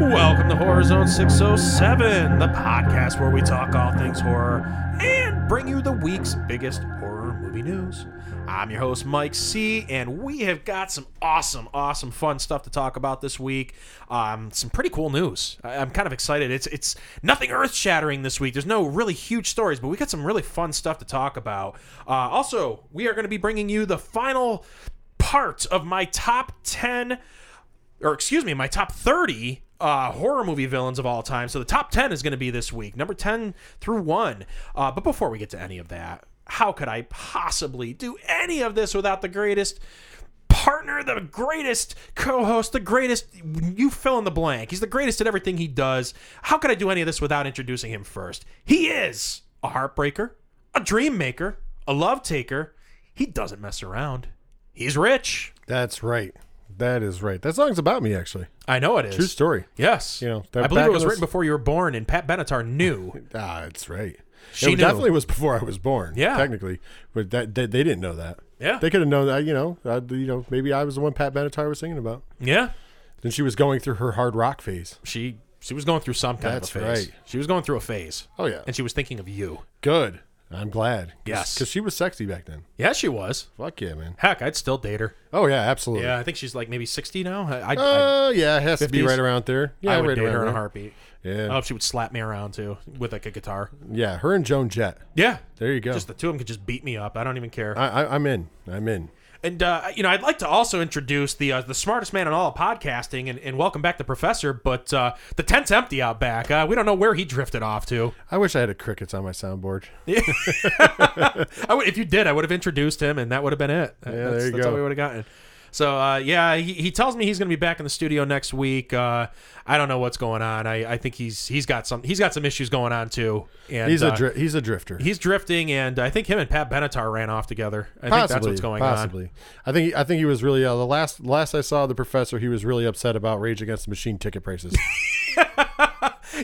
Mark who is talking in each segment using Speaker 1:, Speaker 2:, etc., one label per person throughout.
Speaker 1: Welcome to Horror Zone 607, the podcast where we talk all things horror and bring you the week's biggest horror movie news. I'm your host, Mike C., and we have got some awesome, awesome fun stuff to talk about this week. Um, some pretty cool news. I- I'm kind of excited. It's it's nothing earth shattering this week. There's no really huge stories, but we got some really fun stuff to talk about. Uh, also, we are going to be bringing you the final part of my top 10 or excuse me, my top 30 uh, horror movie villains of all time. So the top 10 is going to be this week, number 10 through 1. Uh, but before we get to any of that, how could I possibly do any of this without the greatest partner, the greatest co host, the greatest? You fill in the blank. He's the greatest at everything he does. How could I do any of this without introducing him first? He is a heartbreaker, a dream maker, a love taker. He doesn't mess around. He's rich.
Speaker 2: That's right. That is right. That song's about me, actually.
Speaker 1: I know it is.
Speaker 2: True story.
Speaker 1: Yes.
Speaker 2: You know,
Speaker 1: I
Speaker 2: they're
Speaker 1: believe
Speaker 2: back
Speaker 1: it
Speaker 2: in
Speaker 1: was
Speaker 2: this-
Speaker 1: written before you were born, and Pat Benatar knew.
Speaker 2: Ah, it's right.
Speaker 1: She
Speaker 2: it
Speaker 1: knew.
Speaker 2: definitely was before I was born.
Speaker 1: Yeah.
Speaker 2: technically, but that they, they didn't know that.
Speaker 1: Yeah.
Speaker 2: they could have known that. You know, uh, you know, maybe I was the one Pat Benatar was singing about.
Speaker 1: yeah.
Speaker 2: Then she was going through her hard rock phase.
Speaker 1: She she was going through some kind
Speaker 2: That's
Speaker 1: of a phase.
Speaker 2: right.
Speaker 1: She was going through a phase.
Speaker 2: Oh yeah,
Speaker 1: And she was thinking of you.
Speaker 2: good. I'm glad.
Speaker 1: Yes.
Speaker 2: because she was sexy back then.
Speaker 1: Yeah, she was.
Speaker 2: Fuck yeah, man.
Speaker 1: Heck, I'd still date her.
Speaker 2: Oh yeah, absolutely.
Speaker 1: Yeah, I think she's like maybe 60 now. I, I, I,
Speaker 2: Uh, yeah, it has to be
Speaker 1: 50s?
Speaker 2: right around there. Yeah,
Speaker 1: I would
Speaker 2: right
Speaker 1: date
Speaker 2: around
Speaker 1: her in a
Speaker 2: there.
Speaker 1: heartbeat.
Speaker 2: Yeah,
Speaker 1: Oh, if she would slap me around too with like a guitar.
Speaker 2: yeah. Her and Joan Jett.
Speaker 1: Yeah.
Speaker 2: There you go.
Speaker 1: Just the two of them could just beat me up. I don't even care.
Speaker 2: I, I, I'm in. I'm in.
Speaker 1: And uh, you know, I'd like to also introduce the uh, the smartest man in all of podcasting, and, and welcome back the professor. But uh, the tent's empty out back. Uh, we don't know where he drifted off to.
Speaker 2: I wish I had a crickets on my soundboard.
Speaker 1: I would, if you did, I would have introduced him, and that would have been it. Yeah, that's,
Speaker 2: there you
Speaker 1: that's
Speaker 2: go.
Speaker 1: all we would have gotten. So uh, yeah, he, he tells me he's going to be back in the studio next week. Uh, I don't know what's going on. I, I think he's he's got some he's got some issues going on too. And
Speaker 2: He's
Speaker 1: uh,
Speaker 2: a dri- he's a drifter.
Speaker 1: he's drifting, and I think him and Pat Benatar ran off together. I think that's what's going on.
Speaker 2: possibly. I think I think he was really uh, the last last I saw the professor. He was really upset about Rage Against the Machine ticket prices.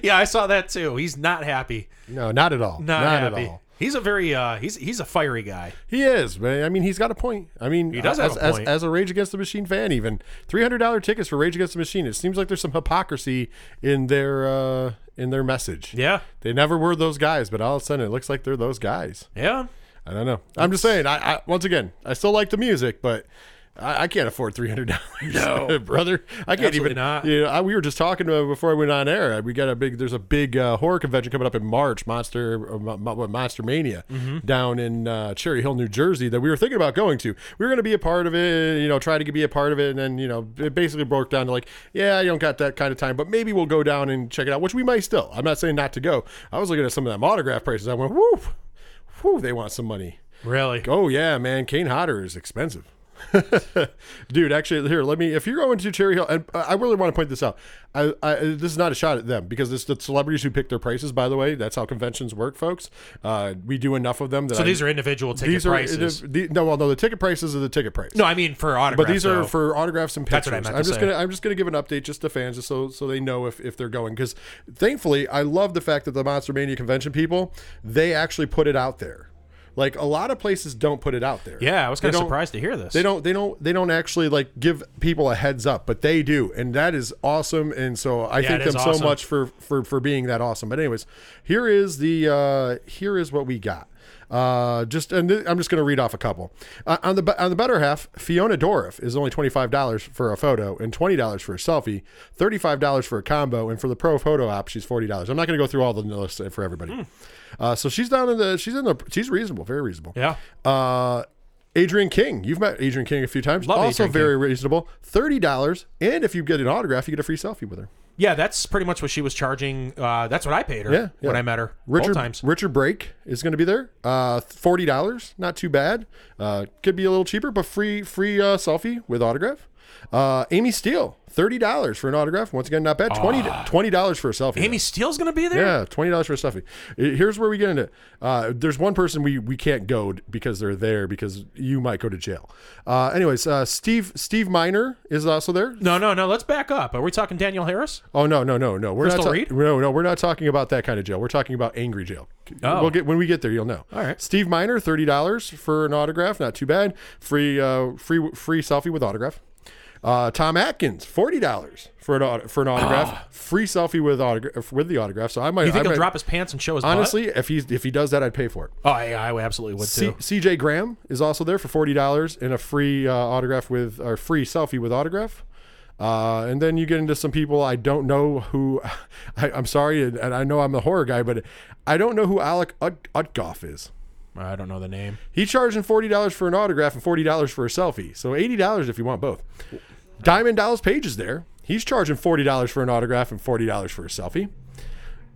Speaker 1: Yeah, I saw that too. He's not happy.
Speaker 2: no, not at all.
Speaker 1: not,
Speaker 2: Not,
Speaker 1: happy.
Speaker 2: at all.
Speaker 1: He's a very uh, he's he's a fiery guy.
Speaker 2: He is, man. I mean, he's got a point. I mean, he
Speaker 1: does have
Speaker 2: as,
Speaker 1: a point.
Speaker 2: As, as a Rage Against the Machine fan, even three hundred dollar tickets for Rage Against the Machine. It seems like there's some hypocrisy in their uh, in their message.
Speaker 1: Yeah,
Speaker 2: They never were those guys, but all of a sudden it looks like they're those guys.
Speaker 1: yeah.
Speaker 2: I don't know. I'm just saying. I, I once again, I still like the music, but I, I can't afford three hundred dollars.
Speaker 1: No.
Speaker 2: brother, I can't
Speaker 1: Absolutely
Speaker 2: even.
Speaker 1: not.
Speaker 2: You know, I, we were just talking uh, before I went on air. We got a big. There's a big uh, horror convention coming up in March, Monster uh, Mo- Mo- Monster Mania, down in uh, Cherry Hill, New Jersey. That we were thinking about going to. We were going to be a part of it. You know, try to be a part of it, and then you know, it basically broke down to like, yeah, I don't got that kind of time, but maybe we'll go down and check it out, which we might still. I'm not saying not to go. I was looking at some of them autograph prices. I went, whoo, whoo, they want some money.
Speaker 1: Really?
Speaker 2: Oh yeah, man, Kane Hodder is expensive. Dude, actually, here, let me. If you're going to Cherry Hill, and I really want to point this out, I, I this is not a shot at them because it's the celebrities who pick their prices. By the way, that's how conventions work, folks. Uh, we do enough of them that
Speaker 1: So these are individual ticket
Speaker 2: these
Speaker 1: prices.
Speaker 2: the- the- no, well, no, the ticket prices are the ticket price.
Speaker 1: no, I mean for autographs.
Speaker 2: But these are
Speaker 1: though.
Speaker 2: for autographs and
Speaker 1: That's
Speaker 2: pictures.
Speaker 1: what I meant
Speaker 2: am
Speaker 1: to
Speaker 2: just
Speaker 1: say.
Speaker 2: gonna I'm just gonna give an update just to fans, just so so they know if, if they're going. Because thankfully, I love the fact that the Monster Mania convention people they actually put it out there. Like a lot of places don't put it out there.
Speaker 1: yeah. I was
Speaker 2: They
Speaker 1: kind of
Speaker 2: don't-
Speaker 1: surprised to hear this.
Speaker 2: They don't. They don't. They don't actually like give people a heads up, but they do, and that is awesome. And so I
Speaker 1: it
Speaker 2: thank
Speaker 1: is
Speaker 2: them
Speaker 1: awesome.
Speaker 2: so much for for for being that awesome. But anyways, here is the uh, here is what we got. Uh, just and th- I'm just going to read off a couple. Uh, on the be- on the better half, Fiona Dorif is only twenty five dollars for a photo and twenty dollars for a selfie, thirty five dollars for a combo, and for the pro photo op, she's forty dollars. I'm not going to go through all the lists for everybody.
Speaker 1: Hmm.
Speaker 2: Uh, so she's down in the she's in the she's reasonable, very reasonable.
Speaker 1: yeah.
Speaker 2: Uh, Adrian King, you've met Adrian King a few times.
Speaker 1: Love
Speaker 2: also
Speaker 1: Adrian
Speaker 2: very reasonable, thirty dollars, and if you get an autograph, you get a free selfie with her.
Speaker 1: Yeah, that's pretty much what she was charging. Uh, that's what I paid her
Speaker 2: Yeah, yeah.
Speaker 1: when I met her.
Speaker 2: Richard
Speaker 1: both times.
Speaker 2: Richard Brake is going to be there. Uh, Forty dollars, not too bad. Uh, could be a little cheaper, but free free uh, selfie with autograph. Uh, Amy Steele, thirty dollars for an autograph. Once again, not bad. 20 dollars for a selfie.
Speaker 1: Ah. Amy Steele's gonna be there.
Speaker 2: Yeah, twenty dollars for a selfie. I- Here's where we get into. Uh, there's one person we we can't go d- because they're there because you might go to jail. Uh, anyways, uh, Steve Steve Miner is also there.
Speaker 1: No, no, no. Let's back up. Are we talking Daniel Harris?
Speaker 2: Oh no no no no. We're
Speaker 1: Crystal
Speaker 2: not
Speaker 1: Reed?
Speaker 2: No no we're not talking about that kind of jail. We're talking about angry jail.
Speaker 1: Oh.
Speaker 2: We'll get when we get there you'll know.
Speaker 1: All right.
Speaker 2: Steve Miner thirty dollars for an autograph. Not too bad. Free uh, free free selfie with autograph. Uh, Tom Atkins forty dollars for an auto, for an autograph. Free selfie with autograph with the autograph. So I might.
Speaker 1: Ah. You think
Speaker 2: I
Speaker 1: he'll
Speaker 2: might-
Speaker 1: drop his pants and show his butt?
Speaker 2: Honestly, if he's if he does that, I'd pay for it.
Speaker 1: Oh, yeah, I absolutely would
Speaker 2: C-
Speaker 1: too.
Speaker 2: CJ Graham is also there for forty dollars and a free uh, autograph with or free selfie with autograph. Uh, and then you get into some people I don't know who. I, I'm sorry, and, and I know I'm the horror guy, but I don't know who Alec Ut- Utgoff is.
Speaker 1: I don't know the name.
Speaker 2: He's charging forty dollars for an autograph and forty dollars for a selfie, so eighty dollars if you want both. Diamond Dallas Page is there. He's charging forty dollars for an autograph and forty dollars for a selfie.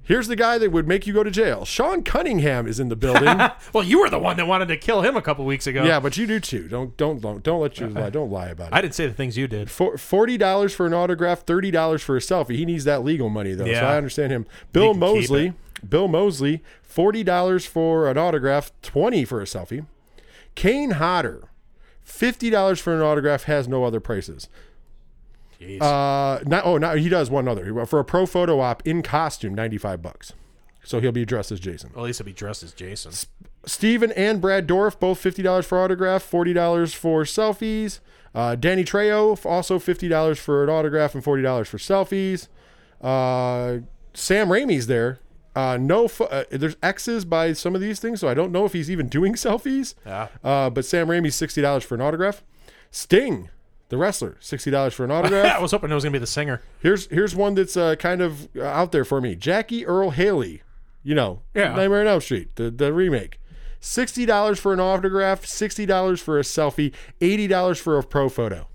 Speaker 2: Here's the guy that would make you go to jail. Sean Cunningham is in the building.
Speaker 1: Well, you were the one that wanted to kill him a couple weeks ago.
Speaker 2: Yeah, but you do too. Don't don't don't, don't let you lie. Don't lie about it.
Speaker 1: Oh. Uh, I didn't say the things you did.
Speaker 2: For Forty dollars for an autograph, thirty dollars for a selfie. He needs that legal money though, so
Speaker 1: Yeah.
Speaker 2: I understand him. Bill
Speaker 1: can keep
Speaker 2: Mosley, Bill Mosley, forty dollars for an autograph, twenty for a selfie. Kane Hodder, fifty dollars for an autograph has no other prices.
Speaker 1: Jeez.
Speaker 2: Uh, not oh, not he does one other for a pro photo op in costume, ninety five bucks. So he'll be dressed as Jason.
Speaker 1: Well, at least he'll be dressed as Jason.
Speaker 2: Steven and Brad Dorff, both $50 for autograph, $40 for selfies. Uh, Danny Trejo, f- also $50 for an autograph and $40 for selfies. Uh, Sam Raimi's there. Uh, no, pho- uh, there's X's by some of these things, so I don't know if he's even doing selfies.
Speaker 1: Yeah.
Speaker 2: Uh, but Sam Raimi's $60 for an autograph. Sting, the wrestler, $60 for an autograph.
Speaker 1: I was hoping it was gonna be the singer.
Speaker 2: Here's here's one that's uh, kind of uh, out there for me. Jackie Earl Haley, you know,
Speaker 1: Yeah.
Speaker 2: Nightmare on Elm Street, the, the remake. Sixty dollars for an autograph, sixty dollars for a selfie, eighty dollars for a pro photo.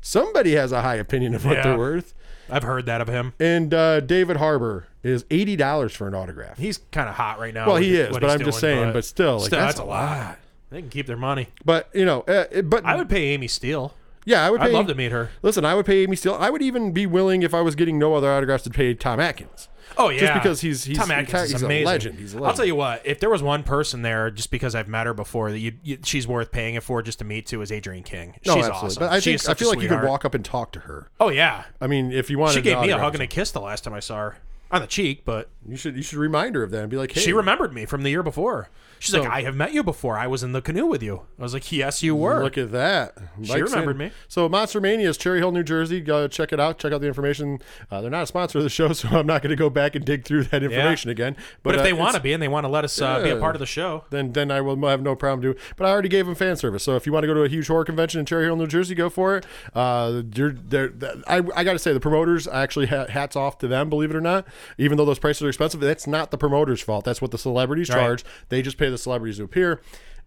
Speaker 2: Somebody has a high opinion of what
Speaker 1: Yeah.
Speaker 2: they're worth.
Speaker 1: I've heard that of him.
Speaker 2: And uh, David Harbor is eighty dollars for an autograph.
Speaker 1: He's kind of hot right now.
Speaker 2: Well,
Speaker 1: with
Speaker 2: he
Speaker 1: what
Speaker 2: is, but
Speaker 1: he's
Speaker 2: I'm just
Speaker 1: doing,
Speaker 2: saying. But, still, like,
Speaker 1: still, that's, a lot. They can keep their money.
Speaker 2: But you know, uh, it- but
Speaker 1: I would pay Amy Steele.
Speaker 2: yeah, I would. Pay,
Speaker 1: I'd love to meet her.
Speaker 2: Listen, I would pay Amy Steele. I would even be willing if I was getting no other autographs to pay Tom Atkins.
Speaker 1: Oh yeah,
Speaker 2: because he's- he's-
Speaker 1: Tom Atkins
Speaker 2: he's
Speaker 1: is
Speaker 2: a
Speaker 1: amazing.
Speaker 2: legend. He's a
Speaker 1: I'll
Speaker 2: legend.
Speaker 1: tell you what, if there was one person there, just because I've met her before, that you, you she's worth paying it for just to meet to is Adrienne King. She's awesome.
Speaker 2: Oh, But I
Speaker 1: She is
Speaker 2: think I
Speaker 1: such a
Speaker 2: feel like you could
Speaker 1: sweetheart.
Speaker 2: walk up and talk to her.
Speaker 1: Oh yeah,
Speaker 2: I mean, if you wanted,
Speaker 1: she gave
Speaker 2: an
Speaker 1: me a
Speaker 2: autograph,
Speaker 1: hug and a kiss the last time I saw her on the cheek, but
Speaker 2: You should you should remind her of that and be like, hey,
Speaker 1: she remembered me from the year before. She's like, I have met you before. I was in the canoe with you. I was like, yes, you were.
Speaker 2: Look at that. Mike
Speaker 1: remembered
Speaker 2: Sand-
Speaker 1: me.
Speaker 2: So Monster Mania is Cherry Hill, New Jersey. Go check it out. Check out the information. Uh, they're not a sponsor of the show, so I'm not going to go back and dig through that information again.
Speaker 1: but if
Speaker 2: uh,
Speaker 1: they
Speaker 2: it's-
Speaker 1: want to be and they want to let us uh, be a
Speaker 2: Yeah.
Speaker 1: part of the show,
Speaker 2: then then I will have no problem doing. But I already gave them fan service. So if you want to go to a huge horror convention in Cherry Hill, New Jersey, go for it. Uh, you're, they're, th- I, I got to say the promoters actually ha- hats off to them. Believe it or not, even though those prices are expensive, that's not the promoters' fault. That's what the celebrities charge. They just pay the celebrities to appear,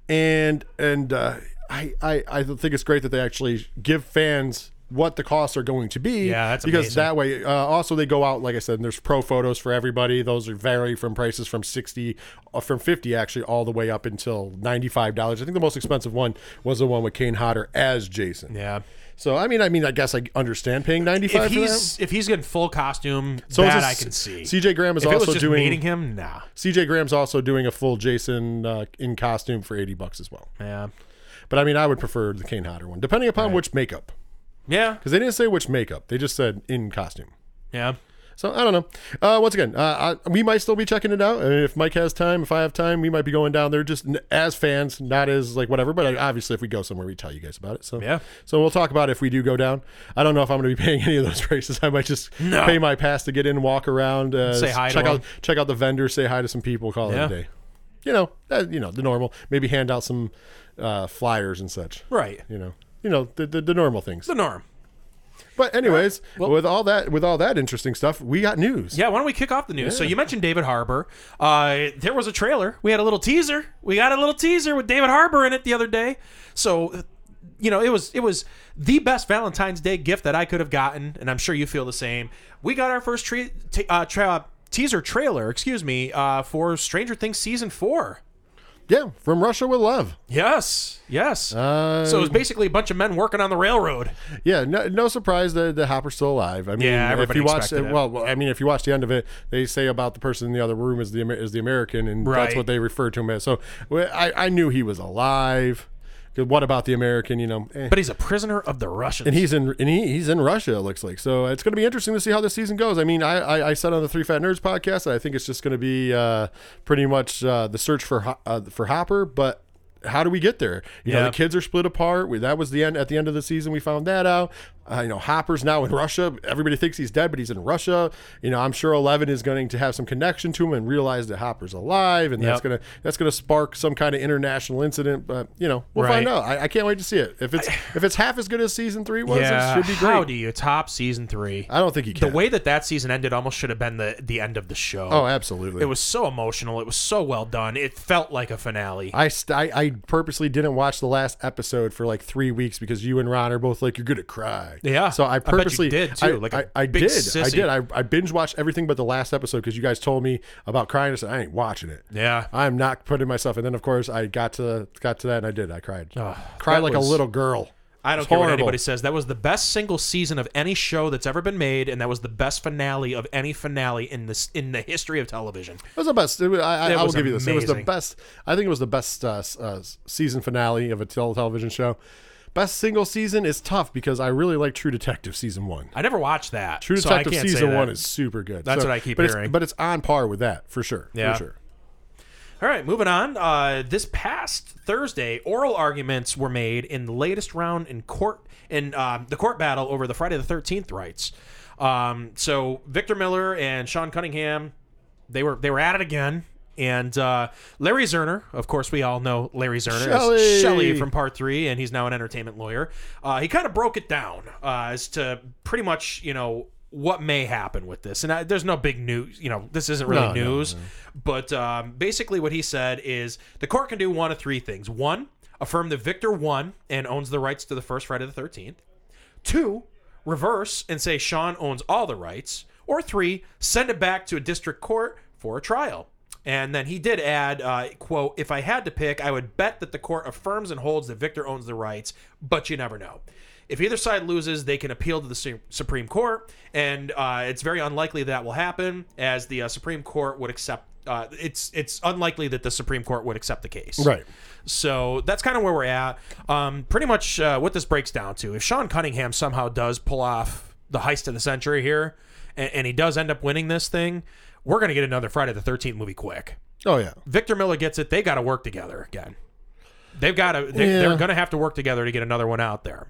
Speaker 2: and and uh, I, I I think it's great that they actually give fans. What the costs are going to be,
Speaker 1: Yeah, that's
Speaker 2: because
Speaker 1: amazing.
Speaker 2: that that way. Uh, also, they go out like I said. And there's pro photos for everybody. Those are vary from prices from sixty, uh, from fifty actually, all the way up until ninety five dollars. I think the most expensive one was the one with Kane Hodder as Jason.
Speaker 1: yeah.
Speaker 2: So I mean, I mean, I guess I understand paying ninety
Speaker 1: If
Speaker 2: five.
Speaker 1: he's if he's getting full costume,
Speaker 2: so is
Speaker 1: that
Speaker 2: this-
Speaker 1: I can see.
Speaker 2: CJ Graham is
Speaker 1: if it was
Speaker 2: also
Speaker 1: just meeting
Speaker 2: doing.
Speaker 1: him, nah.
Speaker 2: CJ Graham's also doing a full Jason uh, in costume for eighty bucks as well.
Speaker 1: Yeah.
Speaker 2: But I mean, I would prefer the Kane Hodder one, depending upon which makeup,
Speaker 1: Yeah.
Speaker 2: because they didn't say which makeup. They just said in costume.
Speaker 1: Yeah.
Speaker 2: So I don't know. Uh, once again, uh, I, we might still be checking it out. And if Mike has time, if I have time, we might be going down there just n- as fans, not as like whatever. But I, obviously, if we go somewhere, we tell you guys about it. So
Speaker 1: Yeah.
Speaker 2: So we'll talk about it if we do go down. I don't know if I'm going to be paying any of those prices. I might just
Speaker 1: No.
Speaker 2: pay my pass to get in, walk around, uh,
Speaker 1: Say hi to
Speaker 2: check out
Speaker 1: them.
Speaker 2: check out the vendor, say hi to some people, call
Speaker 1: Yeah.
Speaker 2: it a day. You know, uh, you know the normal. Maybe hand out some uh, flyers and such.
Speaker 1: Right.
Speaker 2: You know, you know the the, the normal things.
Speaker 1: The norm.
Speaker 2: But anyways, with all that with all that interesting stuff, we got news.
Speaker 1: Yeah, why don't we kick off the news? So you mentioned David Harbour. Uh, there was a trailer. We had a little teaser. We got a little teaser with David Harbour in it the other day. So uh, you know, it was it was the best Valentine's Day gift that I could have gotten, and I'm sure you feel the same. We got our first tre- t- uh, tra- teaser trailer, excuse me, uh, for Stranger Things season four.
Speaker 2: Yeah, from Russia with love.
Speaker 1: Yes, yes.
Speaker 2: Uh,
Speaker 1: so it was basically a bunch of men working on the railroad.
Speaker 2: Yeah, no, no surprise that the Hopper's still alive. I mean,
Speaker 1: Yeah,
Speaker 2: if
Speaker 1: everybody
Speaker 2: you watch,
Speaker 1: expected it.
Speaker 2: well, well, I mean, if you watch the end of it, they say about the person in the other room is the Amer- is the American, and that's
Speaker 1: Right.
Speaker 2: what they refer to him as. So well, I, I knew he was alive. 'Cause What about the American? You know, eh.
Speaker 1: But he's a prisoner of the Russians.
Speaker 2: And he's in and he, he's in Russia. It looks like so. It's going to be interesting to see how this season goes. I mean, I I, I said on the Three Fat Nerds podcast that I think it's just going to be uh, pretty much uh, the search for Ho- uh, for Hopper, but. How do we get there? You know,
Speaker 1: Yeah.
Speaker 2: the kids are split apart. We, that was the end. At the end of the season, we found that out. Uh, you know, Hopper's now in Russia. Everybody thinks he's dead, but he's in Russia. You know, I'm sure Eleven is going to have some connection to him and realize that Hopper's alive, and that's
Speaker 1: Yep.
Speaker 2: gonna that's gonna spark some kind of international incident. But you know, we'll
Speaker 1: Right.
Speaker 2: find out. I, I can't wait to see it. If it's if it's half as good as season three was,
Speaker 1: yeah.
Speaker 2: it should be great.
Speaker 1: How do you top season three?
Speaker 2: I don't think he
Speaker 1: the
Speaker 2: can.
Speaker 1: way that that season ended almost should have been the the end of the show.
Speaker 2: oh, absolutely.
Speaker 1: it was so emotional. It was so well done. It felt like a finale.
Speaker 2: I, st- I I purposely didn't watch the last episode for like three weeks because you and Ron are both like you're gonna cry.
Speaker 1: Yeah.
Speaker 2: So I
Speaker 1: I bet you
Speaker 2: purposely
Speaker 1: did, too,
Speaker 2: I,
Speaker 1: like a
Speaker 2: I, I
Speaker 1: big
Speaker 2: did. I
Speaker 1: sissy.
Speaker 2: did. I, I binge watched everything but the last episode because you guys told me about crying. I said I ain't watching it.
Speaker 1: yeah.
Speaker 2: I'm not putting myself. And then of course I got to got to that and I did. I cried. cried
Speaker 1: that
Speaker 2: like
Speaker 1: was-
Speaker 2: a little girl.
Speaker 1: I don't
Speaker 2: It's
Speaker 1: care what
Speaker 2: horrible.
Speaker 1: anybody says. That was the best single season of any show that's ever been made, and that was the best finale of any finale in this in the history of television.
Speaker 2: It was the best. It was, I, I,
Speaker 1: It
Speaker 2: I will
Speaker 1: was
Speaker 2: give you this. It was the
Speaker 1: amazing.
Speaker 2: best. I think it was the best uh, s- uh, s- season finale of a tel- television show. Best single season is tough because I really like True Detective season one.
Speaker 1: I never watched that.
Speaker 2: True
Speaker 1: so I
Speaker 2: Detective
Speaker 1: can't say
Speaker 2: season
Speaker 1: that.
Speaker 2: one is super good.
Speaker 1: That's what I keep
Speaker 2: but
Speaker 1: hearing.
Speaker 2: It's, but it's on par with that for sure.
Speaker 1: Yeah.
Speaker 2: For sure.
Speaker 1: All right, moving on. Uh, this past Thursday, oral arguments were made in the latest round in court in um, the court battle over the Friday the Thirteenth rights. Um, so Victor Miller and Sean Cunningham, they were they were at it again. And uh, Larry Zerner, of course, we all know Larry Zerner,
Speaker 2: Shelley.
Speaker 1: as Shelley from Part Three, and he's now an entertainment lawyer. Uh, he kind of broke it down uh, as to pretty much, you know, what may happen with this. And I, there's no big news, you know, this isn't really
Speaker 2: No, no,
Speaker 1: news. But um, basically, what he said is the court can do one of three things: one, affirm that Victor won and owns the rights to the first Friday the Thirteenth; two, reverse and say Sean owns all the rights; or three, send it back to a district court for a trial. And then he did add, uh, quote, if I had to pick, I would bet that the court affirms and holds that Victor owns the rights, but you never know. If either side loses, they can appeal to the Su- Supreme Court, and uh, it's very unlikely that will happen, as the uh, Supreme Court would accept. Uh, it's it's unlikely that the Supreme Court would accept the case.
Speaker 2: Right.
Speaker 1: So that's kind of where we're at. Um, pretty much uh, what this breaks down to. If Sean Cunningham somehow does pull off the heist of the century here, and, and he does end up winning this thing, we're going to get another Friday the Thirteenth movie quick.
Speaker 2: Oh yeah.
Speaker 1: Victor Miller gets it. They got to work together again. They've got to. They,
Speaker 2: Yeah.
Speaker 1: They're going to have to work together to get another one out there.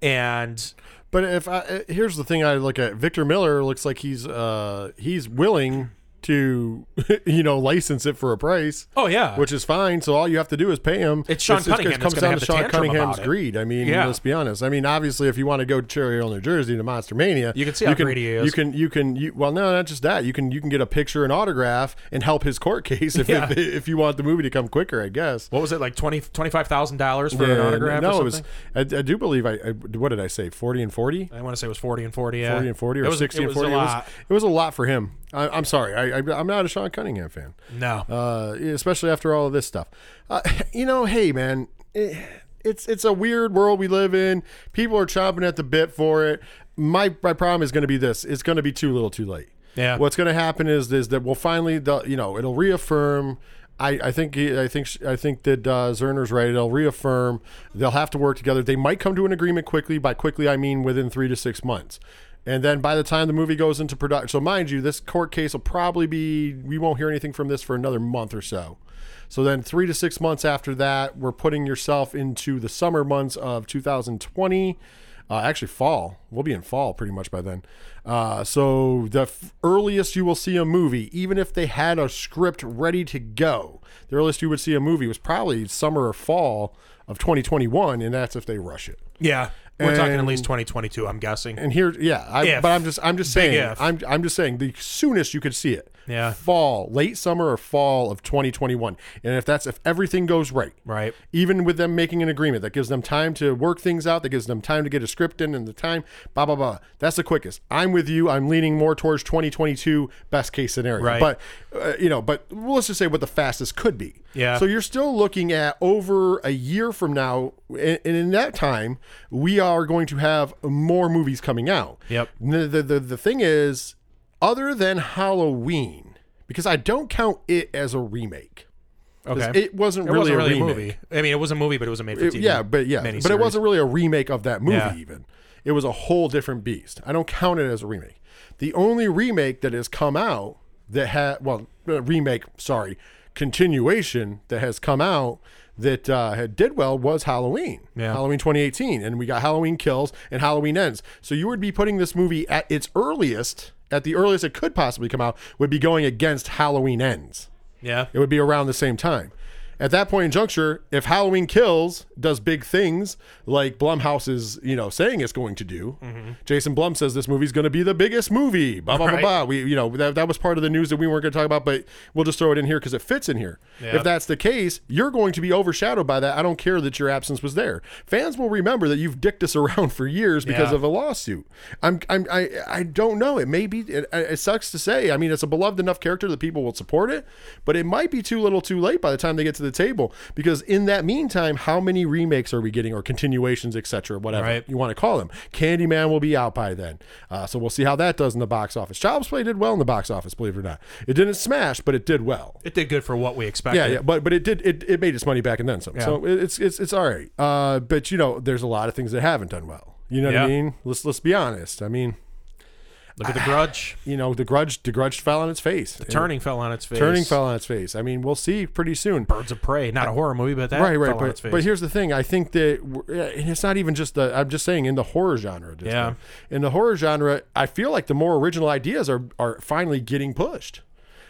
Speaker 1: And
Speaker 2: But if I uh, here's the thing I look at Victor Miller looks like he's uh he's willing to you know license it for a price.
Speaker 1: oh yeah,
Speaker 2: which is fine. So all you have to do is pay him.
Speaker 1: It's Sean Cunningham
Speaker 2: It
Speaker 1: that's
Speaker 2: comes
Speaker 1: gonna
Speaker 2: down
Speaker 1: have
Speaker 2: to
Speaker 1: the
Speaker 2: Sean
Speaker 1: tantrum
Speaker 2: Cunningham's
Speaker 1: about it.
Speaker 2: greed. I mean,
Speaker 1: Yeah.
Speaker 2: let's be honest. I mean, obviously, if you want to go to Cherry Hill, New Jersey, to Monster Mania,
Speaker 1: You can see how greedy he is.
Speaker 2: You can, you can, you, well, no, not just that. You can, you can get a picture and autograph and help his court case if,
Speaker 1: Yeah.
Speaker 2: if, if you want the movie to come quicker. I guess.
Speaker 1: what was it like 20 dollars for an
Speaker 2: And,
Speaker 1: autograph?
Speaker 2: No,
Speaker 1: or
Speaker 2: it was.
Speaker 1: something?
Speaker 2: I, I do believe I, I. What did I say? Forty and forty.
Speaker 1: I want to say it was forty and forty. Yeah.
Speaker 2: Forty and forty,
Speaker 1: It
Speaker 2: or
Speaker 1: was-
Speaker 2: sixty
Speaker 1: it
Speaker 2: and
Speaker 1: was
Speaker 2: forty.
Speaker 1: A
Speaker 2: It was,
Speaker 1: lot.
Speaker 2: it was a lot for him. I, I'm sorry. I, I, I'm not a Sean Cunningham fan
Speaker 1: No.
Speaker 2: uh, especially after all of this stuff. Uh, you know, hey man, it, it's it's a weird world we live in. People are chomping at the bit for it. My my problem is going to be this: it's going to be too little, too late.
Speaker 1: Yeah.
Speaker 2: What's going to happen is is that we'll finally, the, you know, it'll reaffirm. I, I think he- I think sh- I think that uh, Zerner's right. It'll reaffirm. They'll have to work together. They might come to an agreement quickly. By quickly, I mean within three to six months. And then by the time the movie goes into production, so mind you, this court case will probably be, we won't hear anything from this for another month or so. So then three to six months after that, we're putting yourself into the summer months of 2020. Uh, actually, fall. We'll be in fall pretty much by then. Uh, so the f- earliest you will see a movie, even if they had a script ready to go, the earliest you would see a movie was probably summer or fall of 2021, and that's if they rush it.
Speaker 1: yeah. We're talking at
Speaker 2: and-
Speaker 1: least twenty twenty two. I'm guessing.
Speaker 2: And here, yeah, I,
Speaker 1: If.
Speaker 2: but I'm just, I'm just saying,
Speaker 1: if.
Speaker 2: I'm, I'm just saying, the soonest you could see it
Speaker 1: Yeah.
Speaker 2: fall, late summer or fall of 2021. And if that's if everything goes right,
Speaker 1: Right.
Speaker 2: even with them making an agreement that gives them time to work things out, that gives them time to get a script in and the time, blah, blah, blah. That's the quickest. I'm with you. I'm leaning more towards 2022 best case scenario.
Speaker 1: Right.
Speaker 2: But, uh, you know, but well, let's just say what the fastest could be.
Speaker 1: Yeah.
Speaker 2: So you're still looking at over a year from now. And, and in that time, we are going to have more movies coming out.
Speaker 1: Yep.
Speaker 2: The, the, the, the thing is, other than Halloween, because I don't count it as a remake. 'Cause
Speaker 1: Okay.
Speaker 2: It wasn't
Speaker 1: It
Speaker 2: really
Speaker 1: wasn't
Speaker 2: a
Speaker 1: really a,
Speaker 2: remake.
Speaker 1: movie. I mean, it was a movie, but it was a made for
Speaker 2: It-
Speaker 1: TV.
Speaker 2: yeah, but yeah, but it
Speaker 1: miniseries.
Speaker 2: wasn't really a remake of that movie.
Speaker 1: Yeah.
Speaker 2: Even it was a whole different beast. I don't count it as a remake. The only remake that has come out that had well uh, remake sorry continuation that has come out that uh, had did well was Halloween.
Speaker 1: Yeah.
Speaker 2: Halloween 2018, and we got Halloween Kills and Halloween Ends. So you would be putting this movie at its earliest. At the earliest it could possibly come out would be going against Halloween Ends.
Speaker 1: Yeah.
Speaker 2: It would be around the same time. At that point in juncture, if Halloween Kills does big things like Blumhouse is, you know, saying it's going to do, Jason Blum says this movie's going to be the biggest movie. Blah blah
Speaker 1: Mm-hmm. Right.
Speaker 2: blah blah. We, you know, that, that was part of the news that we weren't going to talk about, but we'll just throw it in here because it fits in here.
Speaker 1: Yeah.
Speaker 2: If that's the case, you're going to be overshadowed by that. I don't care that your absence was there. Fans will remember that you've dicked us around for years because
Speaker 1: Yeah.
Speaker 2: of a lawsuit. I'm, I'm, I, I don't know. It may be. It, it sucks to say. I mean, it's a beloved enough character that people will support it, but it might be too little, too late by the time they get to the table. Because in that meantime, how many remakes are we getting or continuations, etc., whatever
Speaker 1: Right.
Speaker 2: you want to call them? Candyman will be out by then, uh, so we'll see how that does in the box office. Child's Play did well in the box office, believe it or not. It didn't smash, but it did well.
Speaker 1: It did good for what we expected.
Speaker 2: Yeah, yeah, but but it did it, it made its money back and then some. So it- it's it's it's all right. Uh, but you know, there's a lot of things that haven't done well. You know what
Speaker 1: Yeah.
Speaker 2: I mean? Let's let's be honest. I mean,
Speaker 1: Look at the grudge.
Speaker 2: you know, the grudge the grudge fell on its face. The
Speaker 1: Turning fell on its face.
Speaker 2: turning fell on its face. I mean, we'll see pretty soon.
Speaker 1: Birds of Prey. Not a horror movie, but that
Speaker 2: Right,
Speaker 1: fell
Speaker 2: right,
Speaker 1: on
Speaker 2: but,
Speaker 1: its face.
Speaker 2: but here's the thing. I think that we're- yeah, and it's not even just the. I'm just saying in the horror genre. at this
Speaker 1: Yeah.
Speaker 2: point. in the horror genre, I feel like the more original ideas are are finally getting pushed.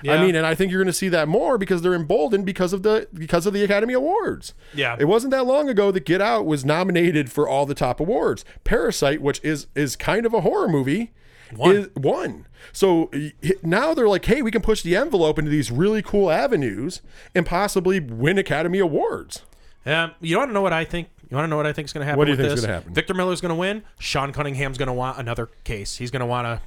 Speaker 1: Yeah.
Speaker 2: I mean, and I think you're going to see that more because they're emboldened because of the because of the Academy Awards.
Speaker 1: Yeah.
Speaker 2: it wasn't that long ago that Get Out was nominated for all the top awards. Parasite, which is is kind of a horror movie,
Speaker 1: Won.
Speaker 2: is won. So y- now they're like, hey, we can push the envelope into these really cool avenues and possibly win Academy Awards.
Speaker 1: Um, you want to know what I think? You want to know what I think is going to happen?
Speaker 2: What do you
Speaker 1: with
Speaker 2: think's
Speaker 1: this?
Speaker 2: gonna happen?
Speaker 1: Victor Miller's going to win. Sean Cunningham's going to want another case. He's going to want to.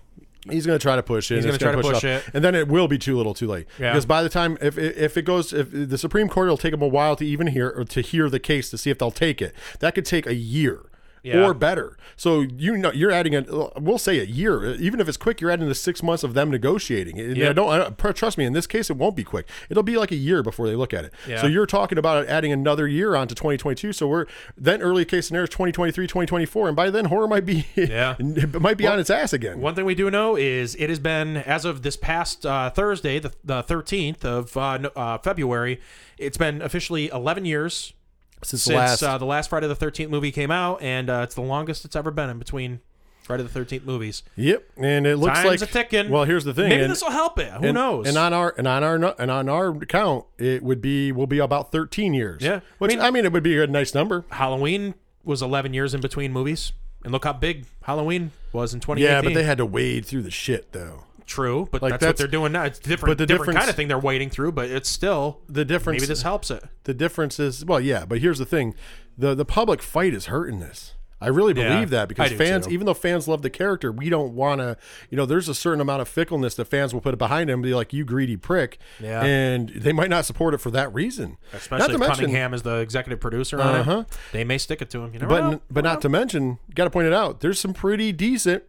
Speaker 2: He's going to try to push it. He's
Speaker 1: gonna try to push it.
Speaker 2: and then it will be too little, too late.
Speaker 1: Yeah.
Speaker 2: Because by the time, if if it goes, if the Supreme Court will take them a while to even hear or to hear the case to see if they'll take it. That could take a year.
Speaker 1: Yeah.
Speaker 2: Or better, so you know you're adding a we'll say a year, even if it's quick, you're adding the six months of them negotiating. And
Speaker 1: Yep.
Speaker 2: I don't, I don't pr- trust me. In this case, it won't be quick. It'll be like a year before they look at it.
Speaker 1: Yeah.
Speaker 2: So you're talking about adding another year onto 2022. So we're then early case scenario is 2023, 2024, and by then horror might be
Speaker 1: Yeah.
Speaker 2: it might be on its ass again.
Speaker 1: One thing we do know is it has been as of this past uh, Thursday, the the thirteenth of uh, no- uh, February. It's been officially eleven years
Speaker 2: since,
Speaker 1: since
Speaker 2: last
Speaker 1: uh, the last Friday the thirteenth movie came out, and uh, it's the longest it's ever been in between Friday the thirteenth movies.
Speaker 2: Yep, and it looks
Speaker 1: Time's
Speaker 2: like
Speaker 1: a ticking.
Speaker 2: Well, here's the thing.
Speaker 1: Maybe
Speaker 2: and,
Speaker 1: this will help it. Who
Speaker 2: and-
Speaker 1: knows?
Speaker 2: And on our and on our and on our count, it would be will be about 13 years.
Speaker 1: Yeah.
Speaker 2: which
Speaker 1: I
Speaker 2: I
Speaker 1: mean-
Speaker 2: mean, it would be a nice number.
Speaker 1: Halloween was eleven years in between movies, and look how big Halloween was in twenty.
Speaker 2: Yeah, but they had to wade through the shit though.
Speaker 1: True, but
Speaker 2: Like,
Speaker 1: that's, what
Speaker 2: that's-
Speaker 1: they're doing now. It's different,
Speaker 2: but the
Speaker 1: different kind
Speaker 2: difference-
Speaker 1: of thing they're wading through, but it's still
Speaker 2: The difference. uh,
Speaker 1: maybe this helps it.
Speaker 2: the difference is well, yeah, but here's the thing: the the public fight is hurting this. I really believe
Speaker 1: Yeah,
Speaker 2: that
Speaker 1: I
Speaker 2: because
Speaker 1: do
Speaker 2: fans,
Speaker 1: too.
Speaker 2: even though fans love the character, we don't want to. You know, there's a certain amount of fickleness that fans will put behind him, be like, "You greedy prick,"
Speaker 1: Yeah.
Speaker 2: and they might not support it for that reason.
Speaker 1: Especially
Speaker 2: not
Speaker 1: if
Speaker 2: to mention, Uh-huh.
Speaker 1: Cunningham is the executive producer on it. They may stick it to him. You never know.
Speaker 2: But but not to mention, got to point it out. There's some pretty decent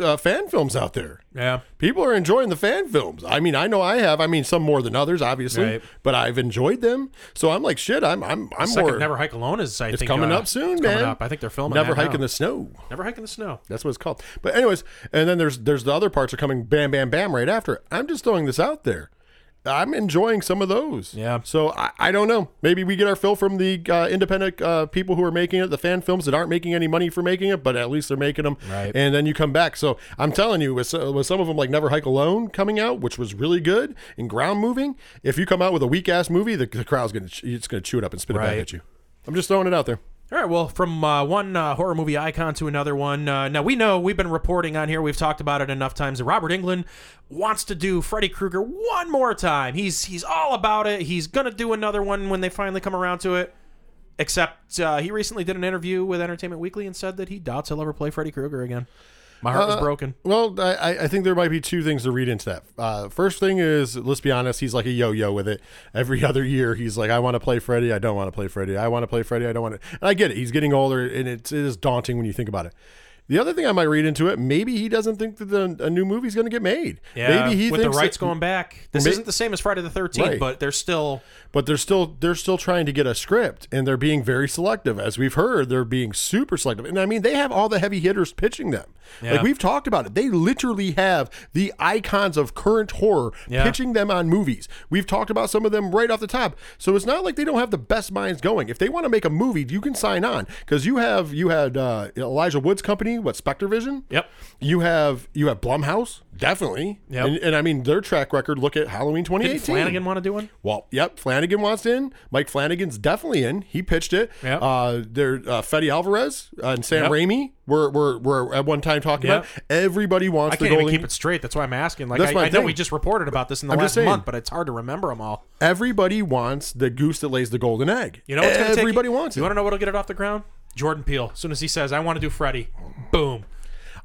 Speaker 2: uh, fan films out there.
Speaker 1: yeah,
Speaker 2: People are enjoying the fan films. I mean, I know I have. I mean, some more than others, obviously,
Speaker 1: Right.
Speaker 2: but I've enjoyed them. So I'm like, shit. I'm I'm I'm
Speaker 1: second
Speaker 2: more
Speaker 1: Never Hike Alone is I think
Speaker 2: coming
Speaker 1: uh,
Speaker 2: up soon,
Speaker 1: it's
Speaker 2: man.
Speaker 1: Coming up, I think they're filming.
Speaker 2: never
Speaker 1: that
Speaker 2: hiking
Speaker 1: now.
Speaker 2: the snow.
Speaker 1: Never Hike in the snow.
Speaker 2: That's what it's called. But anyways, and then there's there's the other parts are coming bam bam bam right after. I'm just throwing this out there. I'm enjoying some of those.
Speaker 1: Yeah.
Speaker 2: So I, I don't know. Maybe we get our fill from the uh, independent uh, people who are making it, the fan films that aren't making any money for making it, but at least they're making them.
Speaker 1: Right.
Speaker 2: And then you come back. So I'm telling you, with, so- with some of them like Never Hike Alone coming out, which was really good and ground moving, if you come out with a weak ass movie, the, the crowd's gonna ch- it's gonna chew it up and spit it
Speaker 1: Right.
Speaker 2: back at you. I'm just throwing it out there.
Speaker 1: All right. Well, from uh, one uh, horror movie icon to another one. Uh, now we know we've been reporting on here. We've talked about it enough times. That Robert England wants to do Freddy Krueger one more time. He's he's all about it. He's gonna do another one when they finally come around to it. Except uh, he recently did an interview with Entertainment Weekly and said that he doubts he'll ever play Freddy Krueger again. My heart was
Speaker 2: Uh,
Speaker 1: broken.
Speaker 2: Well, I, I- I think there might be two things to read into that. Uh, first thing is, let's be honest, he's like a yo-yo with it. Every other year, he's like, I want to play Freddy, I don't want to play Freddy, I want to play Freddy, I don't want to. And I get it. He's getting older, and it's, it is daunting when you think about it. The other thing I might read into it, maybe he doesn't think that the, a new movie's going to get made.
Speaker 1: Yeah,
Speaker 2: maybe he
Speaker 1: with the
Speaker 2: thinks
Speaker 1: rights
Speaker 2: that-
Speaker 1: going back. This
Speaker 2: May-
Speaker 1: isn't the same as Friday the Thirteenth,
Speaker 2: Right.
Speaker 1: but they're still
Speaker 2: but they're still they're still trying to get a script and they're being very selective as we've heard they're being super selective and i mean they have all the heavy hitters pitching them
Speaker 1: Yeah.
Speaker 2: like we've talked about it they literally have the icons of current horror
Speaker 1: Yeah.
Speaker 2: pitching them on movies we've talked about some of them right off the top so it's not like they don't have the best minds going if they want to make a movie you can sign on because you have you had uh, elijah wood's company what spectre vision
Speaker 1: Yep.
Speaker 2: you have you have blumhouse definitely
Speaker 1: Yep.
Speaker 2: and, and i mean their track record look at halloween 2018
Speaker 1: did Flanagan want to do one?
Speaker 2: well, yep, Flanagan wants in. Mike Flanagan's definitely in. He pitched it.
Speaker 1: Yep.
Speaker 2: Uh, there, uh, Fetty Alvarez and Sam
Speaker 1: Yep.
Speaker 2: Raimi were, were, were at one time talking
Speaker 1: Yep.
Speaker 2: about. it. Everybody wants
Speaker 1: I
Speaker 2: the
Speaker 1: can't even
Speaker 2: golden.
Speaker 1: keep it straight. That's why I'm asking. Like,
Speaker 2: That's
Speaker 1: I, I
Speaker 2: my
Speaker 1: know
Speaker 2: thing.
Speaker 1: we just reported about this in the
Speaker 2: I'm
Speaker 1: last
Speaker 2: just saying.
Speaker 1: month, but it's hard to remember them all.
Speaker 2: Everybody wants the goose that lays the golden egg.
Speaker 1: You know, what's gonna take-
Speaker 2: everybody wants
Speaker 1: You
Speaker 2: it.
Speaker 1: want to know what'll get it off the ground? Jordan Peele. As soon as he says, "I want to do Freddy," boom.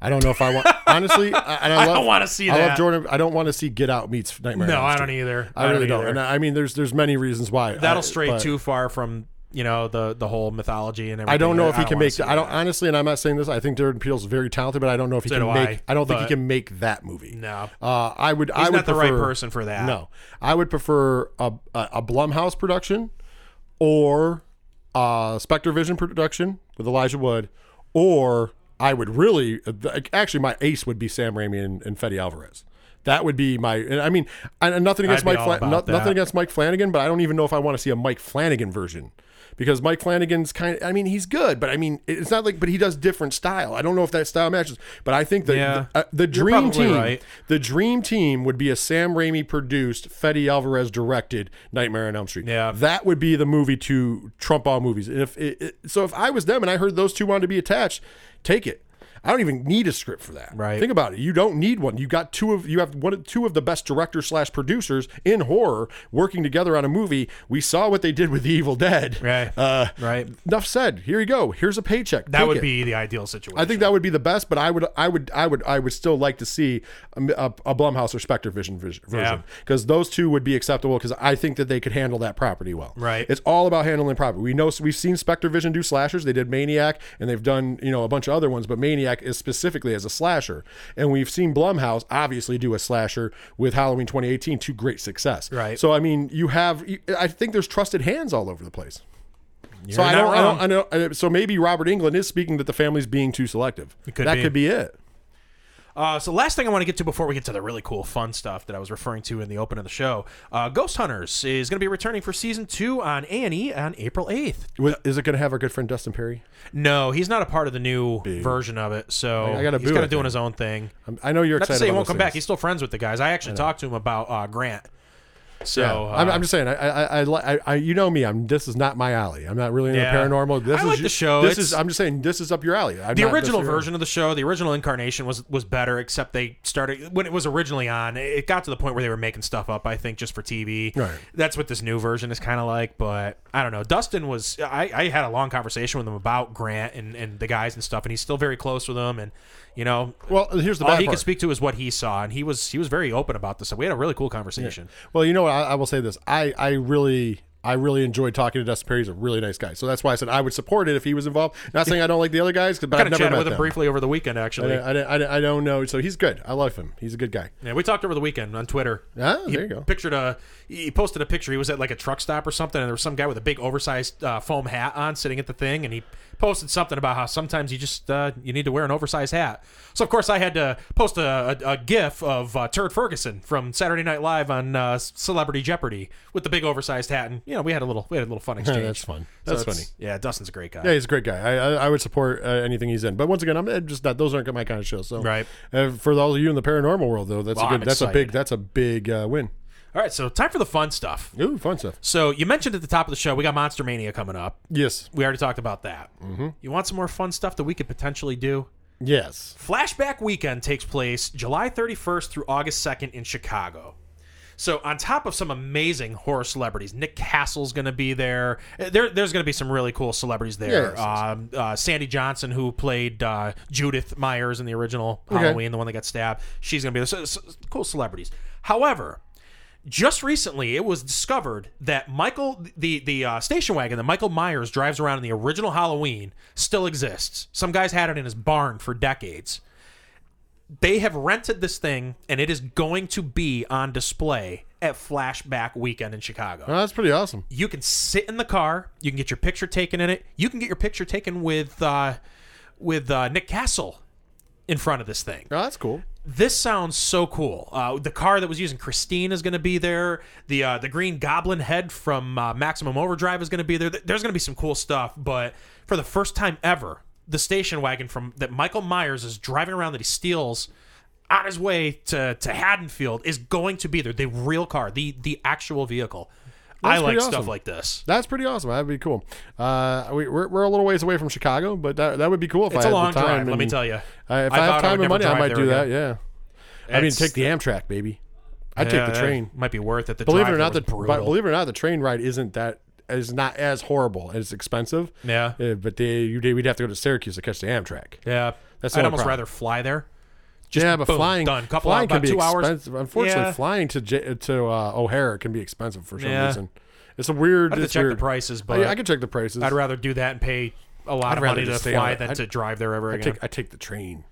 Speaker 2: I don't know if I want. honestly, I, and I,
Speaker 1: I
Speaker 2: love,
Speaker 1: don't wanna see
Speaker 2: I
Speaker 1: that.
Speaker 2: love Jordan. I don't want to see Get Out meets Nightmare.
Speaker 1: No,
Speaker 2: on Elm
Speaker 1: I don't
Speaker 2: Street.
Speaker 1: either.
Speaker 2: I really don't.
Speaker 1: either.
Speaker 2: And I, I mean, there's there's many reasons why I-
Speaker 1: That'll stray
Speaker 2: but-
Speaker 1: too far from you know the the whole mythology and everything.
Speaker 2: I don't know if he can
Speaker 1: wanna
Speaker 2: make.
Speaker 1: see
Speaker 2: I don't honestly, and I'm not saying this. I think Jordan Peele's very talented, but I don't know if he
Speaker 1: So
Speaker 2: can
Speaker 1: do
Speaker 2: make.
Speaker 1: I,
Speaker 2: I, don't think he
Speaker 1: but-
Speaker 2: can make that movie.
Speaker 1: No.
Speaker 2: uh, I would. I
Speaker 1: He's
Speaker 2: would
Speaker 1: not the right
Speaker 2: prefer,
Speaker 1: person for that.
Speaker 2: No, I would prefer a a, a Blumhouse production, or uh, Spectre Vision production with Elijah Wood, or I would really actually my ace would be Sam Raimi and, and Fetty Alvarez. That would be my. And I mean, I, and nothing against
Speaker 1: I'd be
Speaker 2: Mike.
Speaker 1: all
Speaker 2: Fla-
Speaker 1: about
Speaker 2: no-
Speaker 1: that.
Speaker 2: nothing against Mike Flanagan, but I don't even know if I want to see a Mike Flanagan version because Mike Flanagan's kind. of, I mean, he's good, but I mean, it's not like. But he does different style. I don't know if that style matches. But I think the
Speaker 1: Yeah.
Speaker 2: the, uh, the dream
Speaker 1: probably
Speaker 2: team,
Speaker 1: right.
Speaker 2: the dream team would be a Sam Raimi produced, Fetty Alvarez directed Nightmare on Elm Street.
Speaker 1: Yeah.
Speaker 2: that would be the movie to trump all movies. And if it, it- so, if I was them and I heard those two wanted to be attached, take it. I don't even need a script for that.
Speaker 1: Right.
Speaker 2: Think about it. You don't need one. You got two of you have one two of the best directors slash producers in horror working together on a movie. We saw what they did with The Evil Dead.
Speaker 1: Right.
Speaker 2: Uh,
Speaker 1: Right.
Speaker 2: Enough said. Here you go. Here's a paycheck.
Speaker 1: That
Speaker 2: Take
Speaker 1: would
Speaker 2: it.
Speaker 1: be the ideal situation.
Speaker 2: I think that would be the best, but I would, I would, I would, I would still like to see a, a, a Blumhouse or Spectre Vision vis- version because those two would be acceptable because I think that they could handle that property well.
Speaker 1: Right.
Speaker 2: It's all about handling property. We know we've seen Spectre Vision do slashers. They did Maniac, and they've done you know a bunch of other ones, but Maniac is specifically as a slasher, and we've seen Blumhouse obviously do a slasher with Halloween 2018 to great success.
Speaker 1: Right.
Speaker 2: So I mean, you have, you- I think there's trusted hands all over the place.
Speaker 1: You're
Speaker 2: So I
Speaker 1: not
Speaker 2: don't, I
Speaker 1: wrong.
Speaker 2: don't, I don't, I- So maybe Robert England is speaking that the family's being too selective.
Speaker 1: could
Speaker 2: that
Speaker 1: be.
Speaker 2: could be it.
Speaker 1: Uh, so last thing I want to get to before we get to the really cool fun stuff that I was referring to in the open of the show, uh, Ghost Hunters is going to be returning for season two on Annie on April eighth.
Speaker 2: Wa- Is it going to have our good friend Dustin Perry?
Speaker 1: No, he's not a part of the new version of it, so
Speaker 2: I gotta
Speaker 1: he's
Speaker 2: boo
Speaker 1: kind
Speaker 2: it
Speaker 1: of doing
Speaker 2: then.
Speaker 1: his own thing.
Speaker 2: I'm, I know you're
Speaker 1: Not to
Speaker 2: excited.
Speaker 1: say he
Speaker 2: about
Speaker 1: won't
Speaker 2: those
Speaker 1: come back; he's
Speaker 2: things.
Speaker 1: still friends with the guys. I actually talked to him about uh, Grant. So
Speaker 2: Yeah.
Speaker 1: uh,
Speaker 2: I'm, I'm just saying. I, I, I, li- I, I, you know me. I'm. This is not my alley. I'm not really into
Speaker 1: Yeah.
Speaker 2: paranormal. This
Speaker 1: I
Speaker 2: is
Speaker 1: like
Speaker 2: you-
Speaker 1: the show.
Speaker 2: This
Speaker 1: It's-
Speaker 2: is. I'm just saying. This is up your alley. I'm
Speaker 1: the
Speaker 2: not-
Speaker 1: original
Speaker 2: that's your-
Speaker 1: version of the show, the original incarnation was was better, except they started when it was originally on. It got to the point where they were making stuff up, I think, just for TV.
Speaker 2: Right.
Speaker 1: That's what this new version is kind of like. But I don't know. Dustin was I, I had a long conversation with him about Grant and, and the guys and stuff, and he's still very close with them. And you know,
Speaker 2: Well, here's the
Speaker 1: all
Speaker 2: bad
Speaker 1: he
Speaker 2: part.
Speaker 1: could speak to is what he saw, and he was he was very open about this. We had a really cool conversation.
Speaker 2: Well, you know what? I, I will say this. I, I really. I really enjoyed talking to Dustin Perry. He's a really nice guy, so that's why I said I would support it if he was involved. Not saying I don't like the other guys, but
Speaker 1: Kind
Speaker 2: I've
Speaker 1: of
Speaker 2: never
Speaker 1: chatted
Speaker 2: met
Speaker 1: with him
Speaker 2: them.
Speaker 1: briefly over the weekend, actually.
Speaker 2: I, I, I, I don't know. So he's good. I love him. He's a good guy.
Speaker 1: Yeah, we talked over the weekend on Twitter.
Speaker 2: Ah,
Speaker 1: He
Speaker 2: there you go.
Speaker 1: Pictured a he posted a picture. He was at like a truck stop or something, and there was some guy with a big oversized uh, foam hat on sitting at the thing, and he posted something about how sometimes you just uh, you need to wear an oversized hat. So of course I had to post a, a, a GIF of uh, Turd Ferguson from Saturday Night Live on uh, Celebrity Jeopardy with the big oversized hat, and you know we had a little we had a little fun exchange.
Speaker 2: that's fun.
Speaker 1: So
Speaker 2: That's
Speaker 1: it's-
Speaker 2: funny.
Speaker 1: Yeah, Dustin's a great guy.
Speaker 2: Yeah, he's a great guy. I I, I would support uh, anything he's in. But once again, I'm uh, just not. Those aren't my kind of shows. So
Speaker 1: Right.
Speaker 2: uh, for all of you in the paranormal world, though, that's
Speaker 1: Well,
Speaker 2: a good.
Speaker 1: I'm
Speaker 2: that's a
Speaker 1: excited.
Speaker 2: big. That's a big uh, win.
Speaker 1: All right, so time for the fun stuff.
Speaker 2: Ooh, fun stuff.
Speaker 1: So you mentioned at the top of the show we got Monster Mania coming up.
Speaker 2: Yes.
Speaker 1: We already talked about that. Mm-hmm. You want some more fun stuff that we could potentially do?
Speaker 2: Yes.
Speaker 1: Flashback Weekend takes place July 31st through August 2nd in Chicago. So on top of some amazing horror celebrities, Nick Castle's going to be there. Uh, There, there's going to be some really cool celebrities there.
Speaker 2: Yes, yes,
Speaker 1: um, uh, Sandy Johnson, who played uh, Judith Myers in the original Halloween, the one that got stabbed, she's going to be there. So, so- cool celebrities. However, just recently it was discovered that Michael, the the uh, station wagon that Michael Myers drives around in the original Halloween, still exists. Some guys had it in his barn for decades they have rented this thing and it is going to be on display at Flashback Weekend in Chicago.
Speaker 2: Oh, that's pretty awesome.
Speaker 1: You can sit in the car, you can get your picture taken in it. You can get your picture taken with uh, with uh, Nick Castle in front of this thing.
Speaker 2: Oh, that's cool.
Speaker 1: This sounds so cool. Uh, the car that was using Christine is going to be there. The uh, the Green Goblin head from uh, Maximum Overdrive is going to be there. Th- There's going to be some cool stuff. But for the first time ever, the station wagon from that Michael Myers is driving around that he steals on his way to to Haddonfield is going to be there. The real car, the the actual vehicle. I
Speaker 2: That's
Speaker 1: like
Speaker 2: pretty
Speaker 1: stuff
Speaker 2: awesome.
Speaker 1: like this.
Speaker 2: That's pretty awesome. That'd be cool. Uh, we, we're, we're a little ways away from Chicago, but that, that would be cool if
Speaker 1: It's
Speaker 2: I
Speaker 1: a
Speaker 2: had
Speaker 1: long
Speaker 2: the time.
Speaker 1: drive, let me
Speaker 2: and-
Speaker 1: tell you.
Speaker 2: I, if
Speaker 1: I
Speaker 2: I,
Speaker 1: thought I
Speaker 2: have
Speaker 1: would
Speaker 2: time and
Speaker 1: never
Speaker 2: money, I
Speaker 1: drive
Speaker 2: might
Speaker 1: there
Speaker 2: do that.
Speaker 1: again.
Speaker 2: Yeah. I mean,
Speaker 1: It's-
Speaker 2: take the Amtrak, baby. I'd take the train.
Speaker 1: Might be worth it. The
Speaker 2: Believe
Speaker 1: drive
Speaker 2: it or
Speaker 1: there
Speaker 2: not, the
Speaker 1: was
Speaker 2: but
Speaker 1: brutal.
Speaker 2: believe it or not, the train ride isn't that is not as horrible. It's expensive.
Speaker 1: Yeah.
Speaker 2: Uh, but they you we'd have to go to Syracuse to catch the Amtrak.
Speaker 1: yeah,
Speaker 2: That's
Speaker 1: I'd
Speaker 2: the only
Speaker 1: almost
Speaker 2: problem.
Speaker 1: rather fly there.
Speaker 2: yeah, but
Speaker 1: boom,
Speaker 2: flying
Speaker 1: done. Couple
Speaker 2: flying
Speaker 1: hours,
Speaker 2: can
Speaker 1: about
Speaker 2: be
Speaker 1: two hours.
Speaker 2: expensive. Unfortunately,
Speaker 1: Yeah.
Speaker 2: flying to J, to uh, O'Hare can be expensive for some
Speaker 1: Yeah.
Speaker 2: reason. It's a weird.
Speaker 1: I'd have
Speaker 2: it's
Speaker 1: to check
Speaker 2: weird.
Speaker 1: the prices, but
Speaker 2: I, I can check the prices.
Speaker 1: I'd rather do that and pay a lot
Speaker 2: I'd
Speaker 1: of
Speaker 2: rather
Speaker 1: money to
Speaker 2: just stay
Speaker 1: fly
Speaker 2: on it.
Speaker 1: than
Speaker 2: I'd-
Speaker 1: to drive there ever
Speaker 2: I
Speaker 1: again.
Speaker 2: take I take the train.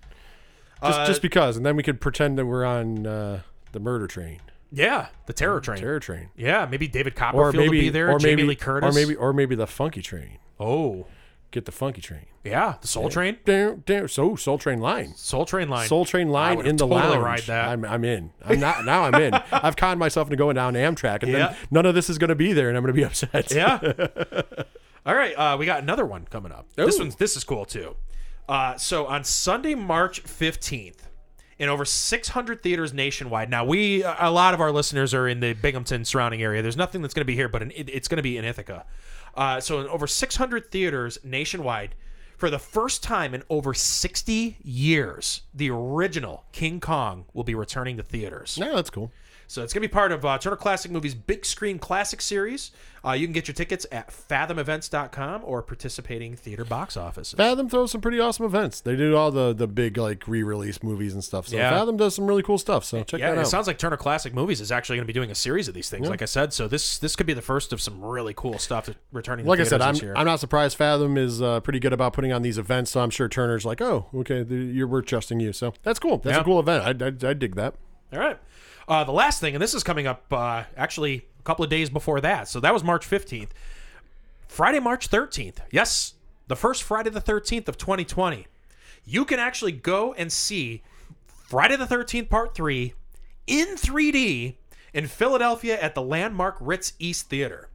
Speaker 1: Uh,
Speaker 2: Just just because, and then we could pretend that we're on uh, the murder train,
Speaker 1: yeah, the terror train.
Speaker 2: Mm, terror train,
Speaker 1: Yeah, maybe David
Speaker 2: or
Speaker 1: Copperfield
Speaker 2: maybe
Speaker 1: will be there.
Speaker 2: or
Speaker 1: Jamie
Speaker 2: maybe
Speaker 1: Lee Curtis.
Speaker 2: or maybe or maybe the funky train.
Speaker 1: oh
Speaker 2: Get the funky train.
Speaker 1: yeah, the Soul Train,
Speaker 2: Damn, damn. So Soul Train line.
Speaker 1: Soul Train line.
Speaker 2: Soul Train
Speaker 1: I
Speaker 2: line
Speaker 1: would
Speaker 2: in the
Speaker 1: totally
Speaker 2: lounge.
Speaker 1: ride that.
Speaker 2: I'm, I'm in. I'm not now. I'm in. I've conned myself into going down Amtrak, and
Speaker 1: Yeah.
Speaker 2: then none of this is going to be there, and I'm going to be upset.
Speaker 1: Yeah. All right, uh, we got another one coming up. This
Speaker 2: Ooh.
Speaker 1: one's this is cool too. Uh, so on Sunday, March fifteenth, in over six hundred theaters nationwide. Now we a lot of our listeners are in the Binghamton surrounding area. There's nothing that's going to be here, but in, it, it's going to be in Ithaca. Uh, so in over six hundred theaters nationwide. For the first time in over 60 years, the original King Kong will be returning to theaters.
Speaker 2: No, that's cool.
Speaker 1: So it's going to be part of uh, Turner Classic Movies Big Screen Classic Series. Uh, you can get your tickets at fathomevents.com or participating theater box offices.
Speaker 2: Fathom throws some pretty awesome events. They do all the the big like re-release movies and stuff. So
Speaker 1: Yeah.
Speaker 2: Fathom does some really cool stuff. So check
Speaker 1: Yeah,
Speaker 2: that
Speaker 1: and
Speaker 2: out.
Speaker 1: it sounds like Turner Classic Movies is actually going to be doing a series of these things, like I said. So this this could be the first of some really cool stuff that returning. to
Speaker 2: like I said,
Speaker 1: theaters
Speaker 2: I'm
Speaker 1: this year.
Speaker 2: I'm not surprised. Fathom is uh, pretty good about putting on these events, so I'm sure Turner's like, oh, okay, the, you're we're trusting you. So that's cool. That's
Speaker 1: Yeah.
Speaker 2: a cool event. I, I, I dig that.
Speaker 1: All right. Uh, the last thing, and this is coming up uh, actually a couple of days before that. So that was March 15th. Friday, March 13th. Yes, the first Friday the 13th of 2020. You can actually go and see Friday the 13th Part 3 in 3D in Philadelphia at the landmark Ritz East Theater.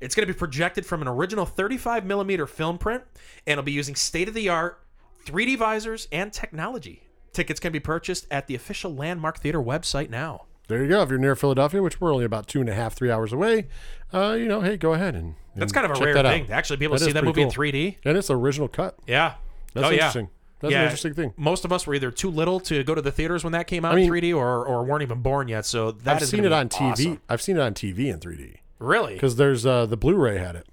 Speaker 1: It's going to be projected from an original 35 millimeter film print, and it'll be using state of the art 3D visors and technology. Tickets can be purchased at the official Landmark Theater website now.
Speaker 2: There you go. If you're near Philadelphia, which we're only about two and a half, three hours away, uh, you know, hey, go ahead and, and
Speaker 1: That's kind of a
Speaker 2: check
Speaker 1: rare
Speaker 2: that out.
Speaker 1: thing to actually be able to
Speaker 2: That
Speaker 1: see
Speaker 2: is
Speaker 1: that movie
Speaker 2: pretty
Speaker 1: in 3D.
Speaker 2: And it's the original cut.
Speaker 1: Yeah.
Speaker 2: That's
Speaker 1: oh,
Speaker 2: interesting.
Speaker 1: Yeah.
Speaker 2: That's
Speaker 1: Yeah.
Speaker 2: an interesting thing.
Speaker 1: Most of us were either too little to go to the theaters when that came out
Speaker 2: mean-
Speaker 1: in 3D or, or weren't even born yet. So that
Speaker 2: I've
Speaker 1: is
Speaker 2: seen
Speaker 1: gonna
Speaker 2: it
Speaker 1: be
Speaker 2: on TV.
Speaker 1: awesome.
Speaker 2: I've seen it on TV in 3D
Speaker 1: Really?
Speaker 2: because there's uh, the Blu-ray had it.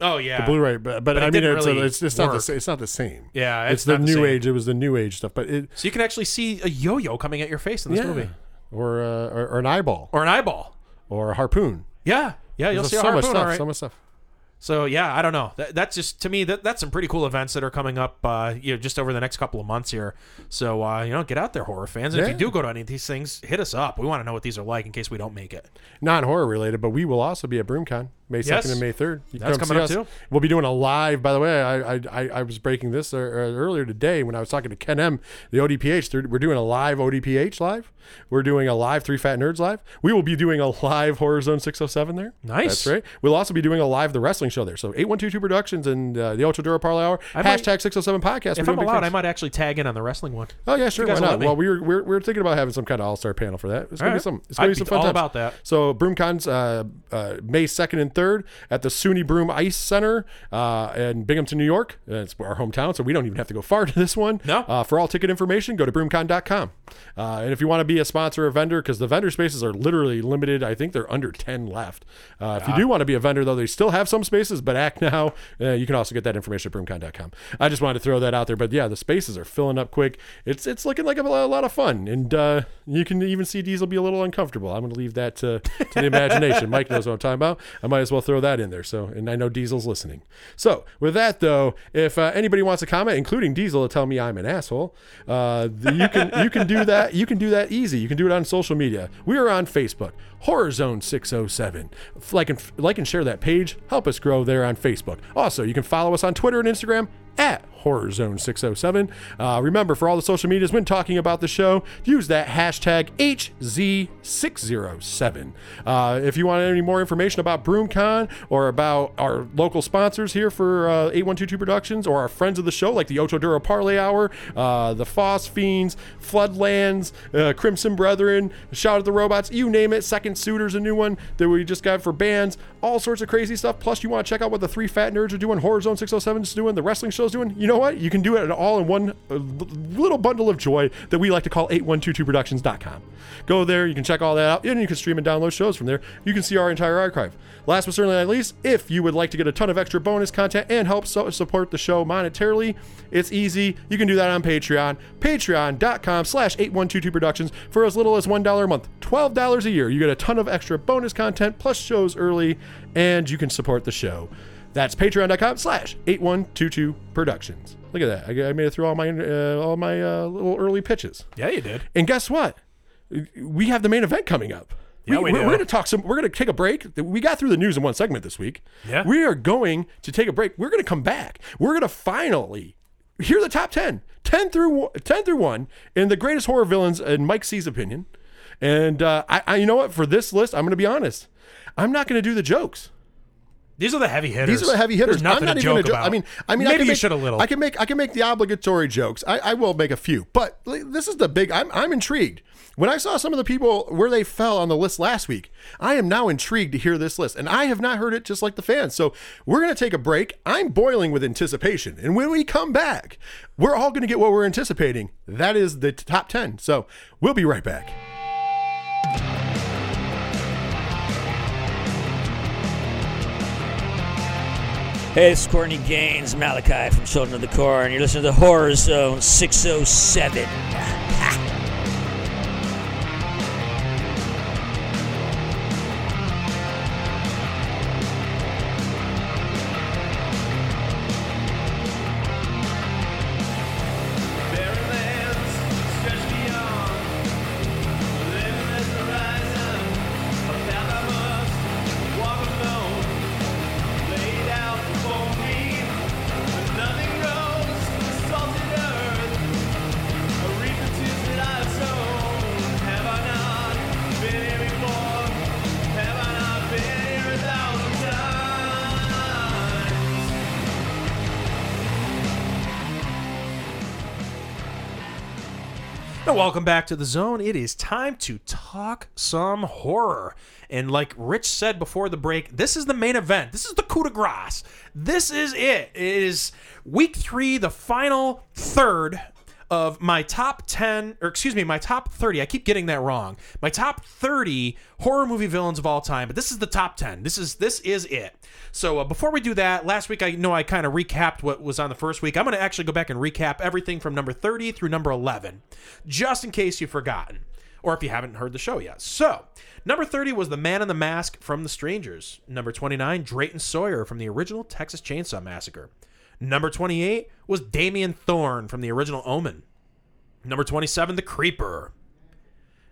Speaker 1: Oh, yeah.
Speaker 2: Blu-ray, but, but,
Speaker 1: it
Speaker 2: I mean,
Speaker 1: didn't
Speaker 2: it's,
Speaker 1: really
Speaker 2: it's, it's not the
Speaker 1: work.
Speaker 2: same. It's not the same.
Speaker 1: Yeah,
Speaker 2: it's,
Speaker 1: it's
Speaker 2: the
Speaker 1: not the
Speaker 2: new
Speaker 1: same.
Speaker 2: age. It was the new age stuff, but it
Speaker 1: so you can actually see a yo yo coming at your face in this
Speaker 2: yeah.
Speaker 1: movie
Speaker 2: or, uh, or or an eyeball
Speaker 1: or an eyeball.
Speaker 2: or a harpoon.
Speaker 1: Yeah. Yeah. You'll
Speaker 2: There's
Speaker 1: see a
Speaker 2: so much
Speaker 1: harpoon,
Speaker 2: stuff.
Speaker 1: all right.
Speaker 2: So much stuff.
Speaker 1: So yeah, I don't know. That, that's just to me that that's some pretty cool events that are coming up. Uh, you know, just over the next couple of months here. So uh, you know, get out there, horror fans. And if
Speaker 2: Yeah.
Speaker 1: you do go to any of these things, hit us up. We want to know what these are like in case we don't make it.
Speaker 2: Non horror related, but we will also be at BroomCon. May
Speaker 1: Yes.
Speaker 2: 2nd and May 3rd. You can
Speaker 1: That's
Speaker 2: come
Speaker 1: coming
Speaker 2: see
Speaker 1: up,
Speaker 2: us.
Speaker 1: too.
Speaker 2: We'll be doing a live, by the way. I I, I, I was breaking this uh, uh, earlier today when I was talking to Ken M, the ODPH. They're- We're doing a live ODPH live. We're doing a live Three Fat Nerds live. We will be doing a live Horror Zone 607 there.
Speaker 1: Nice.
Speaker 2: That's right. We'll also be doing a live The Wrestling Show there. So 8122 Productions and uh, the Ocho Duro Parlay Hour,
Speaker 1: I might-
Speaker 2: hashtag 607 podcast.
Speaker 1: If
Speaker 2: We're
Speaker 1: I'm
Speaker 2: doing big
Speaker 1: allowed,
Speaker 2: things.
Speaker 1: I might actually tag in on the wrestling one.
Speaker 2: Oh yeah, sure.
Speaker 1: guys will
Speaker 2: Why not?
Speaker 1: let me.
Speaker 2: Well, we were, we were we were thinking about having some kind of all star panel for that. It's gonna
Speaker 1: All
Speaker 2: be
Speaker 1: right.
Speaker 2: some. It's gonna
Speaker 1: I'd
Speaker 2: be some
Speaker 1: be
Speaker 2: fun
Speaker 1: all
Speaker 2: times.
Speaker 1: about that.
Speaker 2: So BroomCon's uh, uh, May second and third at the SUNY Broom Ice Center uh, in Binghamton, New York. Uh, It's our hometown, so we don't even have to go far to this one.
Speaker 1: No.
Speaker 2: Uh, for all ticket information, go to broomcon.com. Uh, and if you want to be a sponsor or vendor, because the vendor spaces are literally limited, I think they're under ten left. Uh, if you do want to be a vendor, though, they still have some spaces, but act now. Uh, you can also get that information at broomcon.com. I just wanted to throw that out there, but yeah, the spaces are filling up quick. It's it's looking like a, lo- a lot of fun, and uh, you can even see Diesel be a little uncomfortable. I'm going to leave that to, to the imagination. Mike knows what I'm talking about. I might as well throw that in there. So, and I know Diesel's listening. So, with that though, if uh, anybody wants to comment, including Diesel, to tell me I'm an asshole, uh, th- you can you can do that. You can do that easy. You can do it on social media. We are on Facebook, Horror Zone 607. F- Like and f- like and share that page. Help us grow there on Facebook. Also, you can follow us on Twitter and Instagram at Horror Zone 607. Uh, remember, for all the social medias when talking about the show, use that hashtag HZ607. Uh, if you want any more information about BroomCon or about our local sponsors here for uh, 8122 Productions or our friends of the show, like the Ocho Duro Parlay Hour, uh, the Foss Fiends, Floodlands, uh, Crimson Brethren, Shout at the Robots, you name it, Second Suitor's a new one that we just got for bands, all sorts of crazy stuff. Plus, you want to check out what the three fat nerds are doing, Horror Zone 607 is doing, the wrestling show's doing. You know what? You can do it all in one uh, l- little bundle of joy that we like to call 8122productions.com. Go there, you can check all that out, and you can stream and download shows from there. You can see our entire archive. Last but certainly not least, if you would like to get a ton of extra bonus content and help so- support the show monetarily, it's easy. You can do that on Patreon, patreon.com slash 8122productions for as little as $1 a month, $12 a year. You get a ton of extra bonus content plus shows early, and you can support the show. That's patreon.com slash 8122productions. Look at that. I, I made it through all my, uh, all my uh, little early pitches.
Speaker 1: Yeah, you did.
Speaker 2: And guess what? We have the main event coming up.
Speaker 1: Yeah, we
Speaker 2: are
Speaker 1: do.
Speaker 2: going to talk some. We're going to take a break. We got through the news in one segment this week.
Speaker 1: Yeah.
Speaker 2: We are going to take a break. We're going to come back. We're going to finally hear the top 10, 10 through one- 10 through 1 in the greatest horror villains in Mike C's opinion. And uh, I, I, you know what? For this list, I'm going to be honest. I'm not going to do the jokes.
Speaker 1: These are the heavy hitters.
Speaker 2: These are the heavy hitters.
Speaker 1: There's nothing
Speaker 2: I'm
Speaker 1: to
Speaker 2: not even
Speaker 1: joke
Speaker 2: gonna
Speaker 1: about.
Speaker 2: I mean, I mean, I
Speaker 1: maybe
Speaker 2: can
Speaker 1: you
Speaker 2: make,
Speaker 1: should a little.
Speaker 2: I can make I can make the obligatory jokes. I, I will make a few, but li- this is the big. I'm I'm intrigued. When I saw some of the people where they fell on the list last week, I am now intrigued to hear this list, and I have not heard it just like the fans. So we're going to take a break. I'm boiling with anticipation, and when we come back, we're all going to get what we're anticipating. That is the t- top ten. So we'll be right back.
Speaker 3: Hey, it's Courtney Gaines, Malachi from Children of the Corn. You're listening to Horror Zone 607.
Speaker 1: Now, welcome back to the zone. It is time to talk some horror. And like Rich said before the break, this is the main event. This is the coup de grace. This is it. It is week three, the final third of my top 10, or excuse me, my top 30. I keep getting that wrong. My top 30 horror movie villains of all time, but this is the top 10. This is this is it. So uh, before we do that, last week I know I kind of recapped what was on the first week. I'm going to actually go back and recap everything from number 30 through number 11, just in case you've forgotten or if you haven't heard the show yet. So, number 30 was The Man in the Mask from The Strangers. Number 29, Drayton Sawyer from the original Texas Chainsaw Massacre. Number 28 was Damien Thorne from the original Omen. Number 27, The Creeper.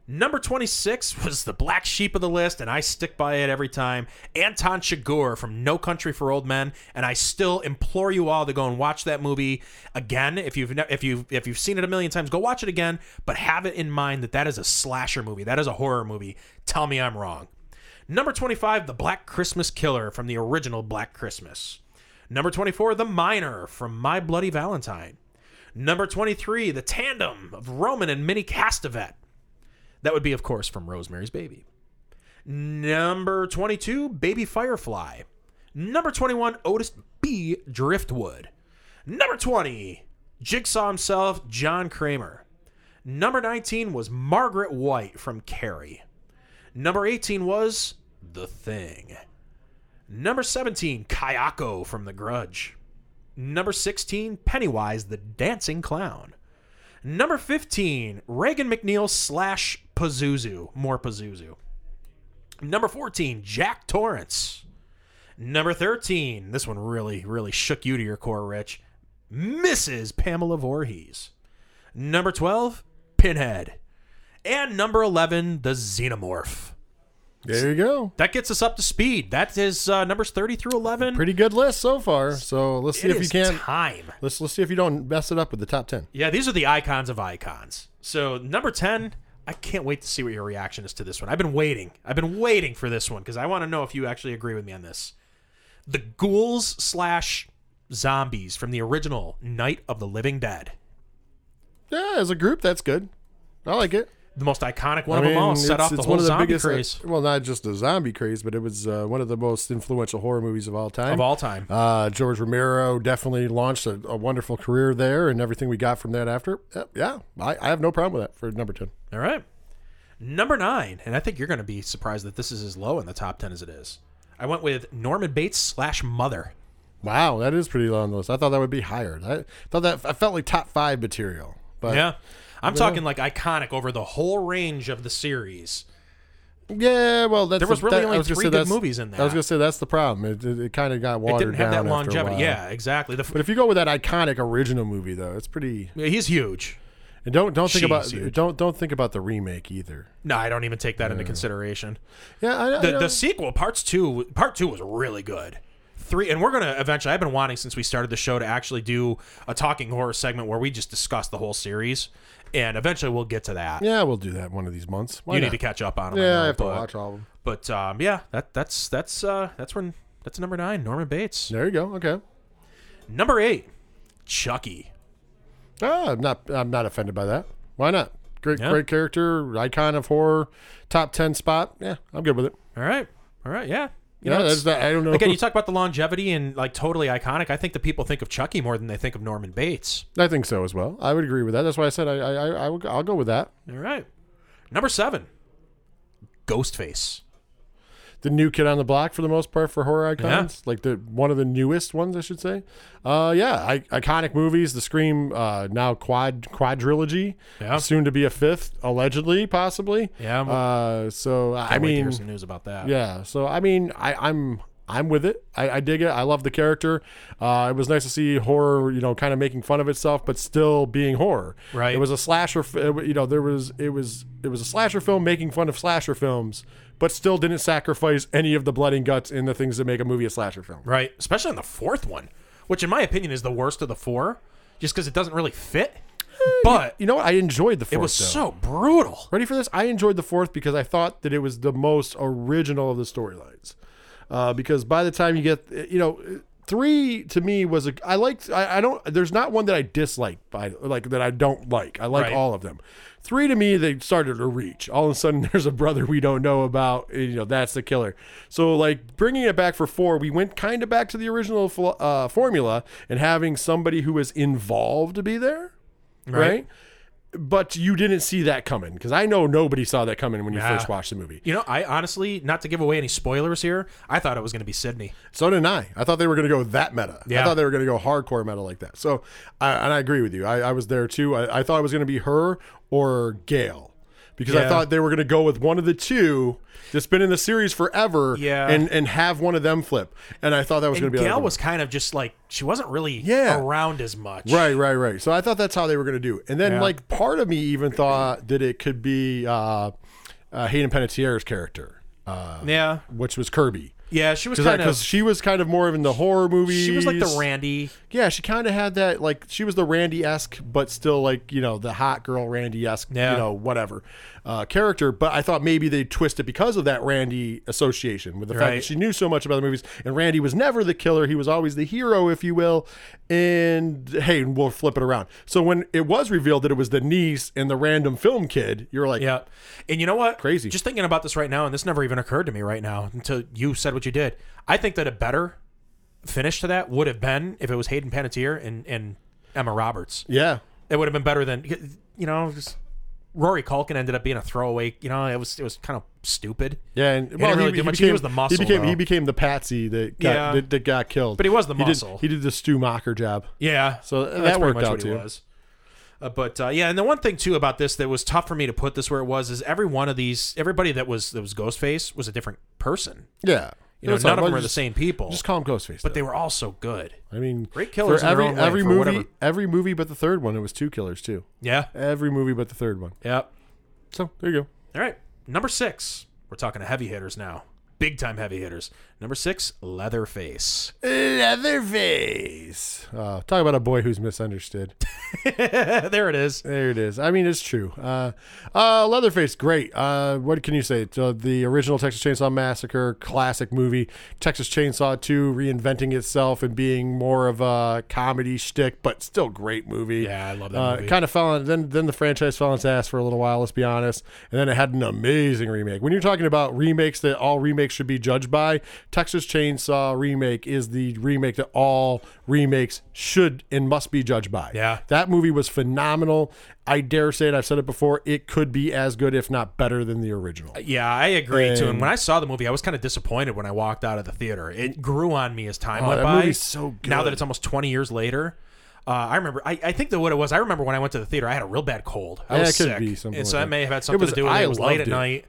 Speaker 1: Number 26 was the black sheep of the list, and I stick by it every time. Anton Chigurh from No Country for Old Men, and I still implore you all to go and watch that movie again. If you've ne- if you if you've seen it a million times, go watch it again. But have it in mind that that is a slasher movie. That is a horror movie. Tell me I'm wrong. Number 25, The Black Christmas Killer from the original Black Christmas. Number 24, The Miner from My Bloody Valentine. Number 23, The Tandem of Roman and Minnie Castavet. That would be, of course, from Rosemary's Baby. Number 22, Baby Firefly. Number 21, Otis B. Driftwood. Number 20, Jigsaw himself, John Kramer. Number 19 was Margaret White from Carrie. Number 18 was The Thing. Number 17, Kayako from The Grudge. Number 16, Pennywise the Dancing Clown. Number 15, Reagan McNeil slash Pazuzu. More Pazuzu. Number 14, Jack Torrance. Number 13, this one really, really shook you to your core, Rich. Mrs. Pamela Voorhees. Number 12, Pinhead. And number 11, the Xenomorph.
Speaker 2: There you go.
Speaker 1: That gets us up to speed. That is uh, numbers 30 through 11.
Speaker 2: Pretty good list so far. So let's see
Speaker 1: It
Speaker 2: if you
Speaker 1: is
Speaker 2: can.
Speaker 1: time.
Speaker 2: Let's let's see if you don't mess it up with the top ten.
Speaker 1: Yeah, these are the icons of icons. So number ten, I can't wait to see what your reaction is to this one. I've been waiting. I've been waiting for this one because I want to know if you actually agree with me on this. The ghouls slash zombies from the original Night of the Living Dead.
Speaker 2: Yeah, as a group, that's good. I like it.
Speaker 1: The most iconic one
Speaker 2: I
Speaker 1: of them
Speaker 2: mean,
Speaker 1: all set
Speaker 2: it's-
Speaker 1: off the
Speaker 2: it's
Speaker 1: whole
Speaker 2: one of the
Speaker 1: zombie
Speaker 2: biggest, uh,
Speaker 1: craze
Speaker 2: Well, not just a zombie craze, but it was uh, one of the most influential horror movies of all time.
Speaker 1: of all time.
Speaker 2: Uh, George Romero definitely launched a, a wonderful career there, and everything we got from that after. uh, Yeah, I, I have no problem with that for number 10.
Speaker 1: All right. Number nine, and I think you're going to be surprised that this is as low in the top ten as it is. I went with Norman Bates slash Mother.
Speaker 2: Wow, that is pretty low on the list. I thought that would be higher. I thought that I felt like top five material, but yeah,
Speaker 1: Yeah. I'm talking like iconic over the whole range of the series.
Speaker 2: well, that's
Speaker 1: There was
Speaker 2: the-
Speaker 1: really
Speaker 2: that- I
Speaker 1: only
Speaker 2: was gonna
Speaker 1: three
Speaker 2: say
Speaker 1: good
Speaker 2: that's-
Speaker 1: movies in
Speaker 2: I was
Speaker 1: that.
Speaker 2: gonna say that's the problem. It, it, kind of got
Speaker 1: It
Speaker 2: watered
Speaker 1: didn't have that
Speaker 2: down after a
Speaker 1: longevity.
Speaker 2: while.
Speaker 1: Yeah, exactly. The, f-
Speaker 2: But if you go with that iconic original movie, though, it's pretty.
Speaker 1: he's huge.
Speaker 2: And don't don't think
Speaker 1: She's
Speaker 2: about
Speaker 1: huge.
Speaker 2: don't don't think about the remake either.
Speaker 1: No, I don't even take that into consideration.
Speaker 2: Yeah, I, I
Speaker 1: The,
Speaker 2: know.
Speaker 1: the sequel, parts two, part two was really good. Three, and we're gonna eventually. I've been wanting since we started the show to actually do a talking horror segment where we just discuss the whole series, and eventually we'll get to that.
Speaker 2: yeah, we'll do that one of these months. Why
Speaker 1: you
Speaker 2: not?
Speaker 1: need to catch up on them.
Speaker 2: Yeah,
Speaker 1: know,
Speaker 2: I have to
Speaker 1: but,
Speaker 2: watch all of them.
Speaker 1: But um, yeah, that that's that's uh, that's when that's number nine, Norman Bates.
Speaker 2: There you go. Okay.
Speaker 1: Number eight, Chucky.
Speaker 2: Ah, I'm not. I'm not offended by that. Why not? Great,
Speaker 1: Yeah.
Speaker 2: great character, icon of horror, top ten spot. Yeah, I'm good with it.
Speaker 1: All right, all right, yeah. You
Speaker 2: yeah,
Speaker 1: know,
Speaker 2: that's
Speaker 1: it's-
Speaker 2: not, I don't know.
Speaker 1: Again, you talk about the longevity and like totally iconic. I think the people think of Chucky more than they think of Norman Bates.
Speaker 2: I think so as well. I would agree with that. That's why I said I, I, I, I will, I'll go with that.
Speaker 1: All right. Number seven, Ghostface.
Speaker 2: The new kid on the block for the most part for horror icons, like the one of the newest ones, I should say. Uh, yeah, I, iconic movies. The Scream, uh, now quad quadrilogy,
Speaker 1: Yeah.
Speaker 2: soon to be a fifth, allegedly, possibly.
Speaker 1: Yeah, I'm-
Speaker 2: uh, so I
Speaker 1: Can't wait to hear
Speaker 2: mean,
Speaker 1: some news about that.
Speaker 2: Yeah. So I mean, I, I'm I'm with it. I, I dig it. I love the character. Uh, it was nice to see horror, you know, kind of making fun of itself, but still being horror.
Speaker 1: Right.
Speaker 2: It was a slasher. f- uh, You know, there was it was it was a slasher film making fun of slasher films, but still didn't sacrifice any of the blood and guts in the things that make a movie a slasher film.
Speaker 1: Right. Especially on the fourth one, which in my opinion is the worst of the four, just because it doesn't really fit. But
Speaker 2: Eh, You know what? I enjoyed the fourth.
Speaker 1: it was
Speaker 2: though.
Speaker 1: so brutal.
Speaker 2: Ready for this? I enjoyed the fourth because I thought that it was the most original of the storylines. Uh, because by the time you get, you know, three to me was a. I liked. I, I don't. There's not one that I dislike. By like that I don't like. I like
Speaker 1: Right.
Speaker 2: all of them. Three to me, they started to reach. All of a sudden, there's a brother we don't know about. and, You know, that's the killer. So like bringing it back for four, we went kind of back to the original fl- uh, formula and having somebody who was involved to be there right? But you didn't see that coming because I know nobody saw that coming when you
Speaker 1: Yeah.
Speaker 2: first watched the movie.
Speaker 1: You know, I honestly, not to give away any spoilers here, I thought it was going to be Sydney.
Speaker 2: So did I. I thought they were going to go that meta.
Speaker 1: Yeah.
Speaker 2: I thought they were going to go hardcore meta like that. So, I, and I agree with you. I, I was there too. I, I thought it was going to be her or Gail because I
Speaker 1: Yeah.
Speaker 2: thought they were going to go with one of the two that's been in the series forever,
Speaker 1: Yeah.
Speaker 2: and and have one of them flip. And I thought that was going
Speaker 1: And
Speaker 2: to be
Speaker 1: Gail
Speaker 2: like,
Speaker 1: was kind of just like she wasn't really
Speaker 2: Yeah.
Speaker 1: around as much.
Speaker 2: right, right, right. So I thought that's how they were going to do. it. And then
Speaker 1: Yeah.
Speaker 2: like part of me even thought that it could be uh, uh, Hayden Panettiere's character, uh,
Speaker 1: Yeah.
Speaker 2: which was Kirby.
Speaker 1: Yeah, she was kind
Speaker 2: Because
Speaker 1: of
Speaker 2: she was kind of more of in the horror movie.
Speaker 1: she was like the Randy.
Speaker 2: Yeah, she kind of had that like she was the Randy esque, but still like you know the hot girl Randy esque,
Speaker 1: Yeah.
Speaker 2: you know whatever uh, character. But I thought maybe they twist it because of that Randy association with the fact
Speaker 1: Right.
Speaker 2: that she knew so much about the movies, and Randy was never the killer; he was always the hero, if you will. And hey, we'll flip it around. So when it was revealed that it was the niece and the random film kid, you're like,
Speaker 1: Yeah. And you know what?
Speaker 2: Crazy.
Speaker 1: Just thinking about this right now, and this never even occurred to me right now until you said what you did. I think that a better finish to that would have been if it was Hayden Panettiere and, and Emma Roberts.
Speaker 2: yeah,
Speaker 1: It would have been better than you know, just Rory Culkin ended up being a throwaway. You know, it was it was kind of stupid.
Speaker 2: Yeah, and well,
Speaker 1: didn't really do
Speaker 2: he, he
Speaker 1: much. He
Speaker 2: Became,
Speaker 1: was the muscle,
Speaker 2: He became,
Speaker 1: though.
Speaker 2: he became the patsy that got,
Speaker 1: Yeah.
Speaker 2: that, that got killed.
Speaker 1: But he was the
Speaker 2: did-
Speaker 1: muscle.
Speaker 2: He did, the Stu Mocker job.
Speaker 1: Yeah.
Speaker 2: So uh, that
Speaker 1: pretty
Speaker 2: worked
Speaker 1: much
Speaker 2: out,
Speaker 1: what he
Speaker 2: too.
Speaker 1: was. Uh, but uh, yeah, and the one thing too about this that was tough for me to put this where it was is every one of these, everybody that was that was Ghostface was a different person.
Speaker 2: Yeah,
Speaker 1: You know,
Speaker 2: That's
Speaker 1: none
Speaker 2: all.
Speaker 1: of them
Speaker 2: Well,
Speaker 1: are the
Speaker 2: just-
Speaker 1: same people.
Speaker 2: Just call him Ghostface.
Speaker 1: but they were all so good.
Speaker 2: I mean,
Speaker 1: Great killers
Speaker 2: For
Speaker 1: in their
Speaker 2: every
Speaker 1: own way,
Speaker 2: every
Speaker 1: for
Speaker 2: movie,
Speaker 1: whatever.
Speaker 2: every movie but the third one, it was two killers too.
Speaker 1: Yeah.
Speaker 2: Every movie but the third one.
Speaker 1: Yeah.
Speaker 2: So there you go.
Speaker 1: All right. Number six. We're talking to heavy hitters now. Big time heavy hitters. Number six, Leatherface.
Speaker 2: Leatherface. Uh, talk about a boy who's misunderstood.
Speaker 1: there it is.
Speaker 2: There it is. I mean, it's true. Uh, uh, Leatherface, great. Uh, what can you say? It's, uh, the original Texas Chainsaw Massacre, classic movie. Texas Chainsaw 2 reinventing itself and being more of a comedy shtick, but still great movie.
Speaker 1: Yeah, I love that
Speaker 2: Uh,
Speaker 1: movie.
Speaker 2: Kind of fell on, then, then the franchise fell on its ass for a little while, let's be honest. And then it had an amazing remake. When you're talking about remakes that all remakes should be judged by, Texas Chainsaw remake is the remake that all remakes should and must be judged by.
Speaker 1: Yeah.
Speaker 2: That movie was phenomenal. I dare say it, I've said it before, it could be as good, if not better, than the original.
Speaker 1: Yeah, I agree too. And when I saw the movie, I was kind of disappointed when I walked out of the theater. It grew on me as time
Speaker 2: Oh,
Speaker 1: went
Speaker 2: that
Speaker 1: by.
Speaker 2: movie's so
Speaker 1: Now that
Speaker 2: good.
Speaker 1: it's almost twenty years later, uh, I remember. I, I think that what it was. I remember when I went to the theater, I had a real bad cold. I
Speaker 2: Yeah,
Speaker 1: was
Speaker 2: it could
Speaker 1: sick,
Speaker 2: be something
Speaker 1: and so
Speaker 2: like
Speaker 1: that
Speaker 2: that.
Speaker 1: may have had
Speaker 2: It
Speaker 1: something
Speaker 2: was-
Speaker 1: to do with it.
Speaker 2: I
Speaker 1: It was late
Speaker 2: loved
Speaker 1: at
Speaker 2: it.
Speaker 1: night.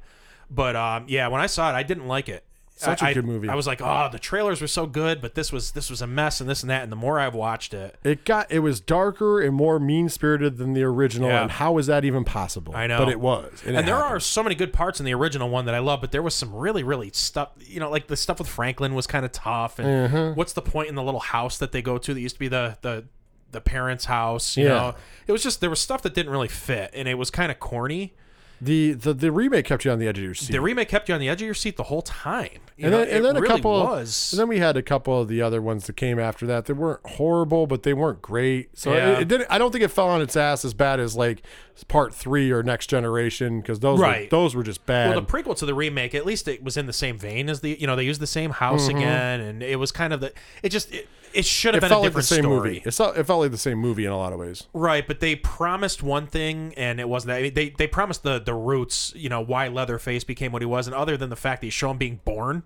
Speaker 1: But um, yeah, when I saw it, I didn't like it.
Speaker 2: Such
Speaker 1: a
Speaker 2: a good movie.
Speaker 1: I was like, oh, the trailers were so good, but this was this was a mess, and this and that. And the more I've watched it,
Speaker 2: It got it was darker and more mean spirited than the original,
Speaker 1: Yeah.
Speaker 2: and how is that even possible?
Speaker 1: I know.
Speaker 2: but it was,
Speaker 1: And, there are so many good parts in the original one that I love, but there was some really, really stuff. You know, like the stuff with Franklin was kind of tough. And
Speaker 2: Mm-hmm.
Speaker 1: what's the point in the little house that they go to that used to be the the the parents' house? You
Speaker 2: Yeah.
Speaker 1: know, it was just there was stuff that didn't really fit, and it was kind of corny.
Speaker 2: the, the the remake kept you on the edge of your seat.
Speaker 1: The remake kept you on the edge of your seat the whole time. You
Speaker 2: and
Speaker 1: know,
Speaker 2: then, and
Speaker 1: it
Speaker 2: then a
Speaker 1: really
Speaker 2: couple,
Speaker 1: was.
Speaker 2: and then we had a couple of the other ones that came after that. They weren't horrible, but they weren't great. So
Speaker 1: Yeah.
Speaker 2: it, it didn't. I don't think it fell on its ass as bad as like part three or Next Generation because those
Speaker 1: Right.
Speaker 2: were, those were just bad.
Speaker 1: well, the prequel to the remake, at least it was in the same vein as the, you know, they used the same house again, and it was kind of the, it just, it, it should have
Speaker 2: Mm-hmm.
Speaker 1: been
Speaker 2: it
Speaker 1: a
Speaker 2: felt like
Speaker 1: different
Speaker 2: the same
Speaker 1: story.
Speaker 2: movie. It felt, it felt like the same movie in a lot of ways.
Speaker 1: Right, but they promised one thing, and it wasn't that. I mean, They they promised the the roots, you know, why Leatherface became what he was, and other than the fact that you show him being born,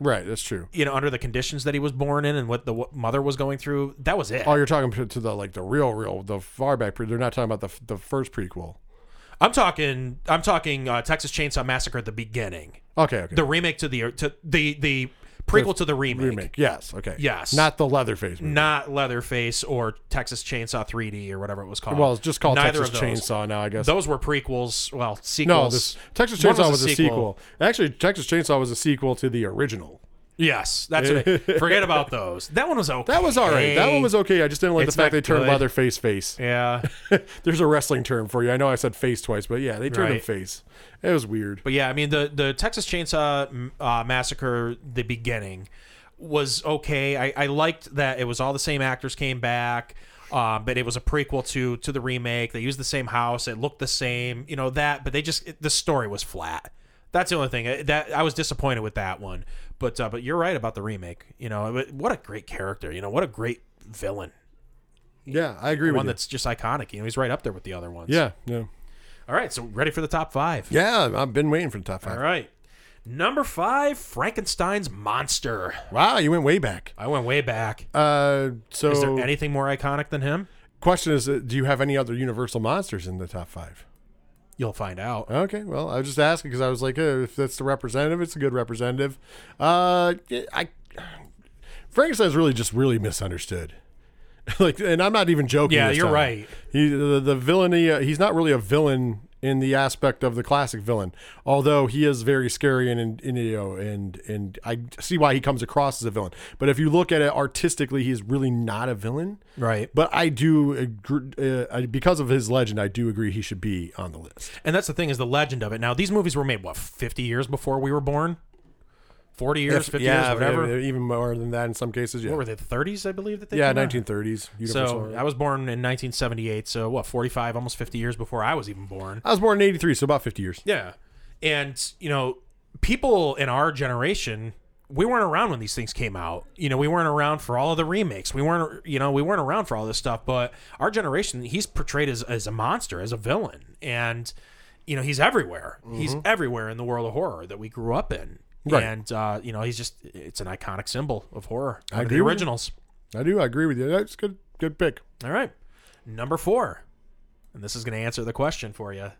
Speaker 2: Right, that's true.
Speaker 1: you know, under the conditions that he was born in, and what the what mother was going through, that was it.
Speaker 2: Oh, you're talking to, to the like the real, real, the far back. Pre- they're not talking about the f- the first prequel.
Speaker 1: I'm talking, I'm talking uh, Texas Chainsaw Massacre at the beginning,
Speaker 2: Okay, okay.
Speaker 1: the remake to the to the the prequel to the remake,
Speaker 2: remake. Yes. Okay.
Speaker 1: Yes.
Speaker 2: Not the Leatherface. Movie.
Speaker 1: not Leatherface or Texas Chainsaw 3D or whatever it was called.
Speaker 2: well, it's just called
Speaker 1: Neither
Speaker 2: Texas
Speaker 1: of those.
Speaker 2: Chainsaw now. I guess.
Speaker 1: Those were prequels, well, sequels.
Speaker 2: no, this Texas
Speaker 1: One
Speaker 2: Chainsaw was, a sequel. Actually, Texas Chainsaw was a sequel to the original.
Speaker 1: Yes, that's what I, forget about those. That one was okay.
Speaker 2: That was all right. That one was okay. I just didn't like
Speaker 1: It's
Speaker 2: the fact
Speaker 1: not
Speaker 2: they turned
Speaker 1: good.
Speaker 2: Leatherface face.
Speaker 1: yeah,
Speaker 2: There's a wrestling term for you. I know I said face twice, but yeah, they turned him
Speaker 1: Right.
Speaker 2: face. It was weird.
Speaker 1: but yeah, I mean the the Texas Chainsaw uh, Massacre, the beginning was okay. I, I liked that it was all the same actors came back, um, but it was a prequel to to the remake. They used the same house. It looked the same, you know that. But they just it, the story was flat. That's the only thing Uh, that I was disappointed with that one. But uh, but you're right about the remake. You know but what a great character. You know what a great villain.
Speaker 2: yeah, I agree with
Speaker 1: One
Speaker 2: you.
Speaker 1: that's just iconic. You know he's right up there with the other ones.
Speaker 2: yeah, yeah,
Speaker 1: All right, so ready for the top five.
Speaker 2: yeah. I've been waiting for the top five.
Speaker 1: All right. Number five, Frankenstein's monster.
Speaker 2: Wow, you went way back.
Speaker 1: I went way back.
Speaker 2: Uh, so
Speaker 1: Is there anything more iconic than him?
Speaker 2: question is, uh, do you have any other Universal monsters in the top five?
Speaker 1: You'll find out.
Speaker 2: Okay, well, I was just asking because I was like, eh, if that's the representative, it's a good representative. Uh, I Frankenstein's really just really misunderstood. like, and I'm not even joking.
Speaker 1: Yeah,
Speaker 2: this
Speaker 1: you're
Speaker 2: time.
Speaker 1: right.
Speaker 2: He the, the villainy. Uh, he's not really a villain in the aspect of the classic villain, although he is very scary and, and, you know and and I see why he comes across as a villain. But if you look at it artistically, he's really not a villain.
Speaker 1: Right.
Speaker 2: But I do agree, uh, I- because of his legend, I do agree he should be on the list.
Speaker 1: And that's the thing is the legend of it. Now these movies were made what 50 years before we were born, 40 years, 50 years, whatever.
Speaker 2: Even more than that in some cases. Yeah,
Speaker 1: What were they? The 30s, I believe that they.
Speaker 2: yeah,
Speaker 1: came out?
Speaker 2: 1930s. Universal.
Speaker 1: So I was born in 1978. So what, 45, almost 50 years before I was even born.
Speaker 2: I was born in '83, so about 50 years.
Speaker 1: Yeah. And, you know, people in our generation, we weren't around when these things came out. You know, we weren't around for all of the remakes. We weren't, you know, we weren't around for all this stuff. But our generation, he's portrayed as, as a monster, as a villain. And, you know, he's everywhere. He's everywhere in the world of horror that we grew up in.
Speaker 2: Mm-hmm. Right.
Speaker 1: And, uh, you know, he's just, it's an iconic symbol of horror.
Speaker 2: I
Speaker 1: One of the
Speaker 2: agree with you.
Speaker 1: originals.
Speaker 2: I do. I agree with you. That's good. Good pick.
Speaker 1: All right. Number four. And this is going to answer the question for you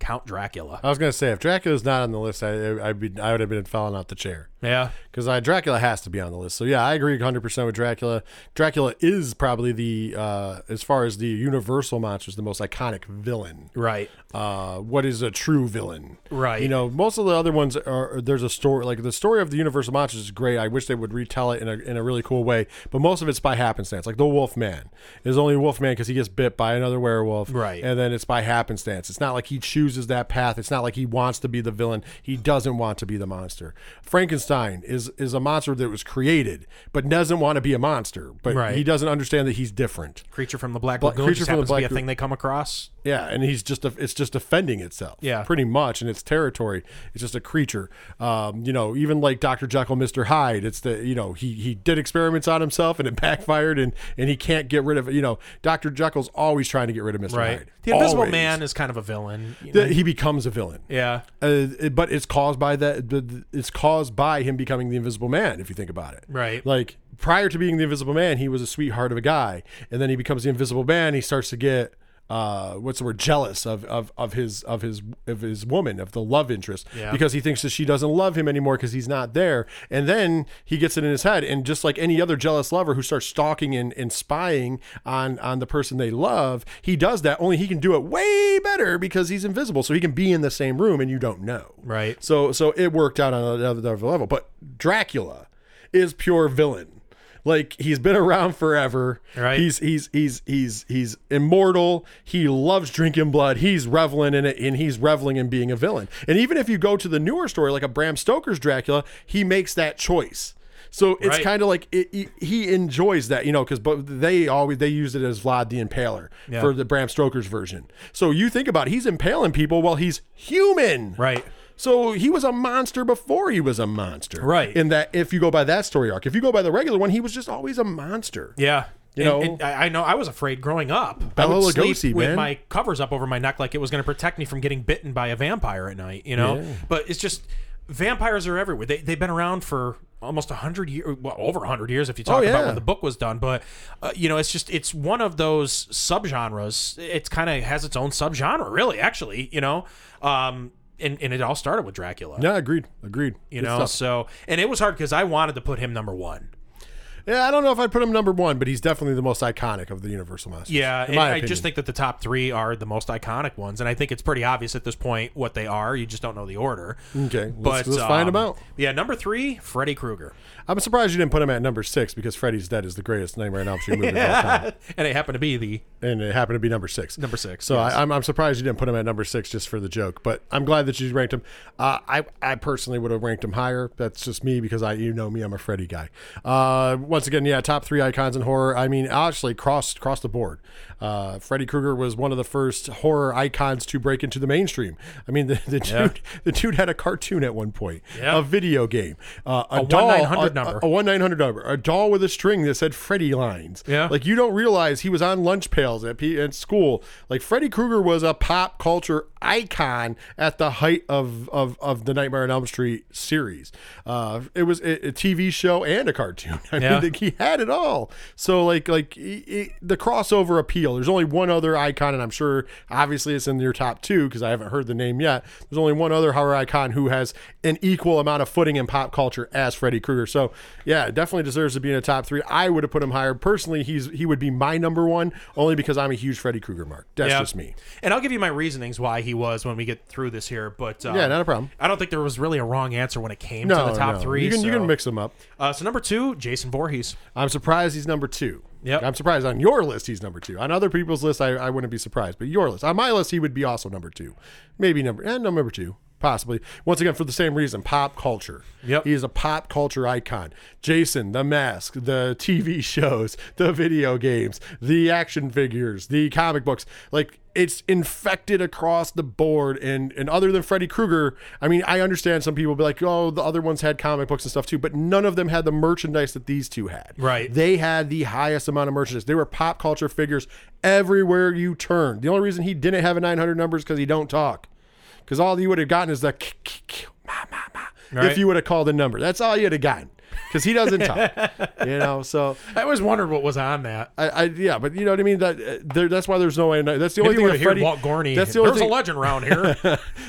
Speaker 1: Count Dracula.
Speaker 2: I was gonna say if Dracula's not on the list, I I'd be, I would have been falling out the chair
Speaker 1: Yeah.
Speaker 2: because I Dracula has to be on the list. So yeah, I agree 100 percent with Dracula. Dracula is probably the uh, as far as the Universal monsters, the most iconic villain.
Speaker 1: Right.
Speaker 2: uh, what is a true villain.
Speaker 1: Right.
Speaker 2: You know, most of the other ones are there's a story like the story of the Universal Monsters is great. I wish they would retell it in a, in a really cool way, but most of it's by happenstance. Like the Wolfman is only Wolfman because he gets bit by another werewolf,
Speaker 1: Right.
Speaker 2: And then it's by happenstance. It's not like he chooses that path. It's not like he wants to be the villain. He doesn't want to be the monster. Frankenstein is is a monster that was created, but doesn't want to be a monster. But
Speaker 1: Right.
Speaker 2: he doesn't understand that he's different.
Speaker 1: Creature from the Black Lagoon
Speaker 2: Creature
Speaker 1: just
Speaker 2: from the
Speaker 1: happens to be a
Speaker 2: Black Lagoon.
Speaker 1: thing they come across.
Speaker 2: Yeah, and he's just a, it's just defending itself.
Speaker 1: Yeah.
Speaker 2: pretty much in its territory. It's just a creature. Um, you know, even like Doctor Jekyll, Mister Hyde. It's the you know he he did experiments on himself and it backfired and and he can't get rid of you know Doctor Jekyll's always trying to get rid of Mister Hyde.
Speaker 1: The Invisible
Speaker 2: Always.
Speaker 1: Man is kind of a villain. you know?
Speaker 2: The- He becomes a villain.
Speaker 1: yeah.
Speaker 2: Uh, it- but it's caused by that. The, the- it's caused by him becoming the Invisible Man. If you think about it,
Speaker 1: Right.
Speaker 2: Like prior to being the Invisible Man, he was a sweetheart of a guy, and then he becomes the Invisible Man. He starts to get uh, what's the word? Jealous of, of of his of his of his woman of the love interest
Speaker 1: Yeah.
Speaker 2: because he thinks that she doesn't love him anymore because he's not there. And then he gets it in his head, and just like any other jealous lover who starts stalking and, and spying on on the person they love, he does that. Only he can do it way better because he's invisible, so he can be in the same room and you don't know.
Speaker 1: Right.
Speaker 2: So so it worked out on another level. But Dracula is pure villain. Like he's been around forever.
Speaker 1: Right.
Speaker 2: He's he's he's he's he's immortal. He loves drinking blood. He's reveling in it, and he's reveling in being a villain. And even if you go to the newer story, like a Bram Stoker's Dracula, he makes that choice. So it's
Speaker 1: Right.
Speaker 2: kind of like it, it- he enjoys that, you know, because but they always they used it as Vlad the Impaler
Speaker 1: Yeah.
Speaker 2: for the Bram Stoker's version. So you think about it, he's impaling people while he's human,
Speaker 1: Right.
Speaker 2: so he was a monster before he was a monster.
Speaker 1: Right.
Speaker 2: In that if you go by that story arc. If you go by the regular one, he was just always a monster.
Speaker 1: Yeah.
Speaker 2: You
Speaker 1: And-
Speaker 2: know-
Speaker 1: and I I know I was afraid growing up. I
Speaker 2: Bela
Speaker 1: would sleep
Speaker 2: Lugosi,
Speaker 1: with
Speaker 2: man.
Speaker 1: my covers up over my neck like it was going to protect me from getting bitten by a vampire at night, you know? But it's just vampires are everywhere. They they've been around for almost 100 years, well, over 100 years if you talk
Speaker 2: Oh,
Speaker 1: about
Speaker 2: yeah.
Speaker 1: when the book was done, but uh, you know, it's just it's one of those subgenres. It's kind of has its own subgenre, really, actually, you know. Um and, and it all started with Dracula,
Speaker 2: Yeah, agreed. Agreed.
Speaker 1: you
Speaker 2: Good
Speaker 1: know.
Speaker 2: stuff.
Speaker 1: So, and it was hard because I wanted to put him number one,
Speaker 2: Yeah, I don't know if I'd put him number one, but he's definitely the most iconic of the Universal monsters.
Speaker 1: Yeah,
Speaker 2: in
Speaker 1: and
Speaker 2: my
Speaker 1: I
Speaker 2: opinion.
Speaker 1: just think that the top three are the most iconic ones, and I think it's pretty obvious at this point what they are. You just don't know the order.
Speaker 2: Okay,
Speaker 1: but
Speaker 2: let's- let's find 'em
Speaker 1: um,
Speaker 2: out.
Speaker 1: Yeah, number three, Freddy Krueger,
Speaker 2: I'm surprised you didn't put him at number six because Freddy's Dead is the greatest Nightmare on Elm Street movie of all time,
Speaker 1: and it happened to be the
Speaker 2: and it happened to be number six.
Speaker 1: number six.
Speaker 2: So I, I'm, I'm surprised you didn't put him at number six just for the joke, but I'm glad that you ranked him. Uh, I I personally would have ranked him higher. That's just me because I you know me, I'm a Freddy guy. Uh, once again, yeah, top three icons in horror. I mean, actually, cross cross the board. Uh, Freddy Krueger was one of the first horror icons to break into the mainstream. I mean, the, the dude the dude had a cartoon at one point,
Speaker 1: Yeah.
Speaker 2: a video game, uh, a, doll,
Speaker 1: 1-900
Speaker 2: a-
Speaker 1: number.
Speaker 2: a one nine hundred number, a doll with a string that said Freddy lines.
Speaker 1: Yeah.
Speaker 2: like you don't realize he was on lunch pails at P- at school. Like Freddy Krueger was a pop culture icon at the height of of, of the Nightmare on Elm Street series. Uh, it was a, a TV show and a cartoon. I
Speaker 1: Yeah.
Speaker 2: mean, like, he had it all. So like like he- he- the crossover appeal deal. There's only one other icon, and I'm sure obviously it's in your top two because I haven't heard the name yet. There's only one other horror icon who has an equal amount of footing in pop culture as Freddy Krueger. So yeah, definitely deserves to be in the top three. I would have put him higher personally. He's he would be my number one only because I'm a huge Freddy Krueger mark. That's
Speaker 1: Yeah.
Speaker 2: just me.
Speaker 1: And I'll give you my reasonings why he was when we get through this here. But uh,
Speaker 2: Yeah, not a problem.
Speaker 1: I don't think there was really a wrong answer when it came
Speaker 2: No,
Speaker 1: to the top
Speaker 2: no.
Speaker 1: three.
Speaker 2: You can you
Speaker 1: so-
Speaker 2: can mix them up.
Speaker 1: Uh, so number two, Jason Voorhees.
Speaker 2: I'm surprised he's number two.
Speaker 1: Yep.
Speaker 2: I'm surprised on your list he's number two. On other people's list, I, I wouldn't be surprised, but your list, on my list, he would be also number two, maybe number and no, number two, possibly. Once again, for the same reason, pop culture.
Speaker 1: Yep.
Speaker 2: he is a pop culture icon. Jason, the mask, the TV shows, the video games, the action figures, the comic books, like. It's infected across the board, and and other than Freddy Krueger, I mean, I understand some people be like, oh, the other ones had comic books and stuff too, but none of them had the merchandise that these two had.
Speaker 1: Right.
Speaker 2: They had the highest amount of merchandise. They were pop culture figures everywhere you turned. The only reason he didn't have a 900 number is because he don't talk. Because all you would have gotten is the k- k- k- ma, ma, ma,
Speaker 1: Right.
Speaker 2: if you would have called the number. That's all you'd have gotten because he doesn't talk. you know, so
Speaker 1: I always wondered what was on that.
Speaker 2: I, I yeah, but you know what I mean. That uh, there, that's why there's no way. That's the only
Speaker 1: Maybe
Speaker 2: thing.
Speaker 1: we
Speaker 2: that
Speaker 1: hear
Speaker 2: Freddie-
Speaker 1: Walt Gorney.
Speaker 2: That's the only
Speaker 1: There's
Speaker 2: thing.
Speaker 1: a legend around here.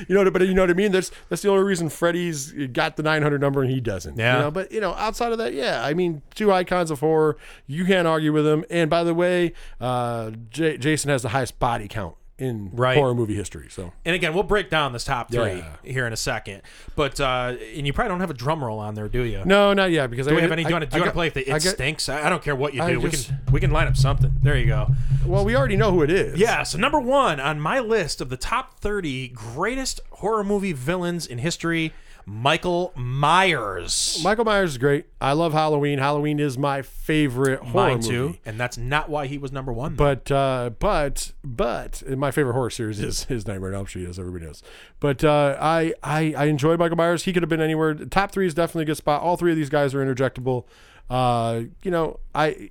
Speaker 2: you know, but you know what I mean. That's that's the only reason Freddy's got the 900 number and he doesn't.
Speaker 1: Yeah.
Speaker 2: You know, but you know, outside of that, yeah. I mean, two icons of horror. You can't argue with them. And by the way, uh, J- Jason has the highest body count in
Speaker 1: Right.
Speaker 2: horror movie history. So
Speaker 1: and again, we'll break down this top three
Speaker 2: Yeah.
Speaker 1: here in a second. But uh, and you probably don't have a drum roll on there, do you?
Speaker 2: no, not yet because I
Speaker 1: Do we
Speaker 2: gotta-
Speaker 1: have any? Do
Speaker 2: I-
Speaker 1: you want
Speaker 2: I
Speaker 1: to, do you want
Speaker 2: got-
Speaker 1: to play if the,
Speaker 2: I
Speaker 1: it
Speaker 2: got-
Speaker 1: stinks? I, I don't care what you
Speaker 2: I
Speaker 1: do.
Speaker 2: just-
Speaker 1: we can we can line up something. There you go.
Speaker 2: Well, we already know who it is.
Speaker 1: Yeah. So number one on my list of the top thirty greatest horror movie villains in history, Michael Myers.
Speaker 2: Michael Myers is great. I love Halloween. Halloween is my favorite horror
Speaker 1: Mine
Speaker 2: movie.
Speaker 1: too, and that's not why he was number one. though.
Speaker 2: But uh, but but and my favorite horror series is his Nightmare on Elm Street, as everybody knows. But uh, I, I I enjoy Michael Myers. He could have been anywhere. Top three is definitely a good spot. All three of these guys are interjectable. Uh, you know I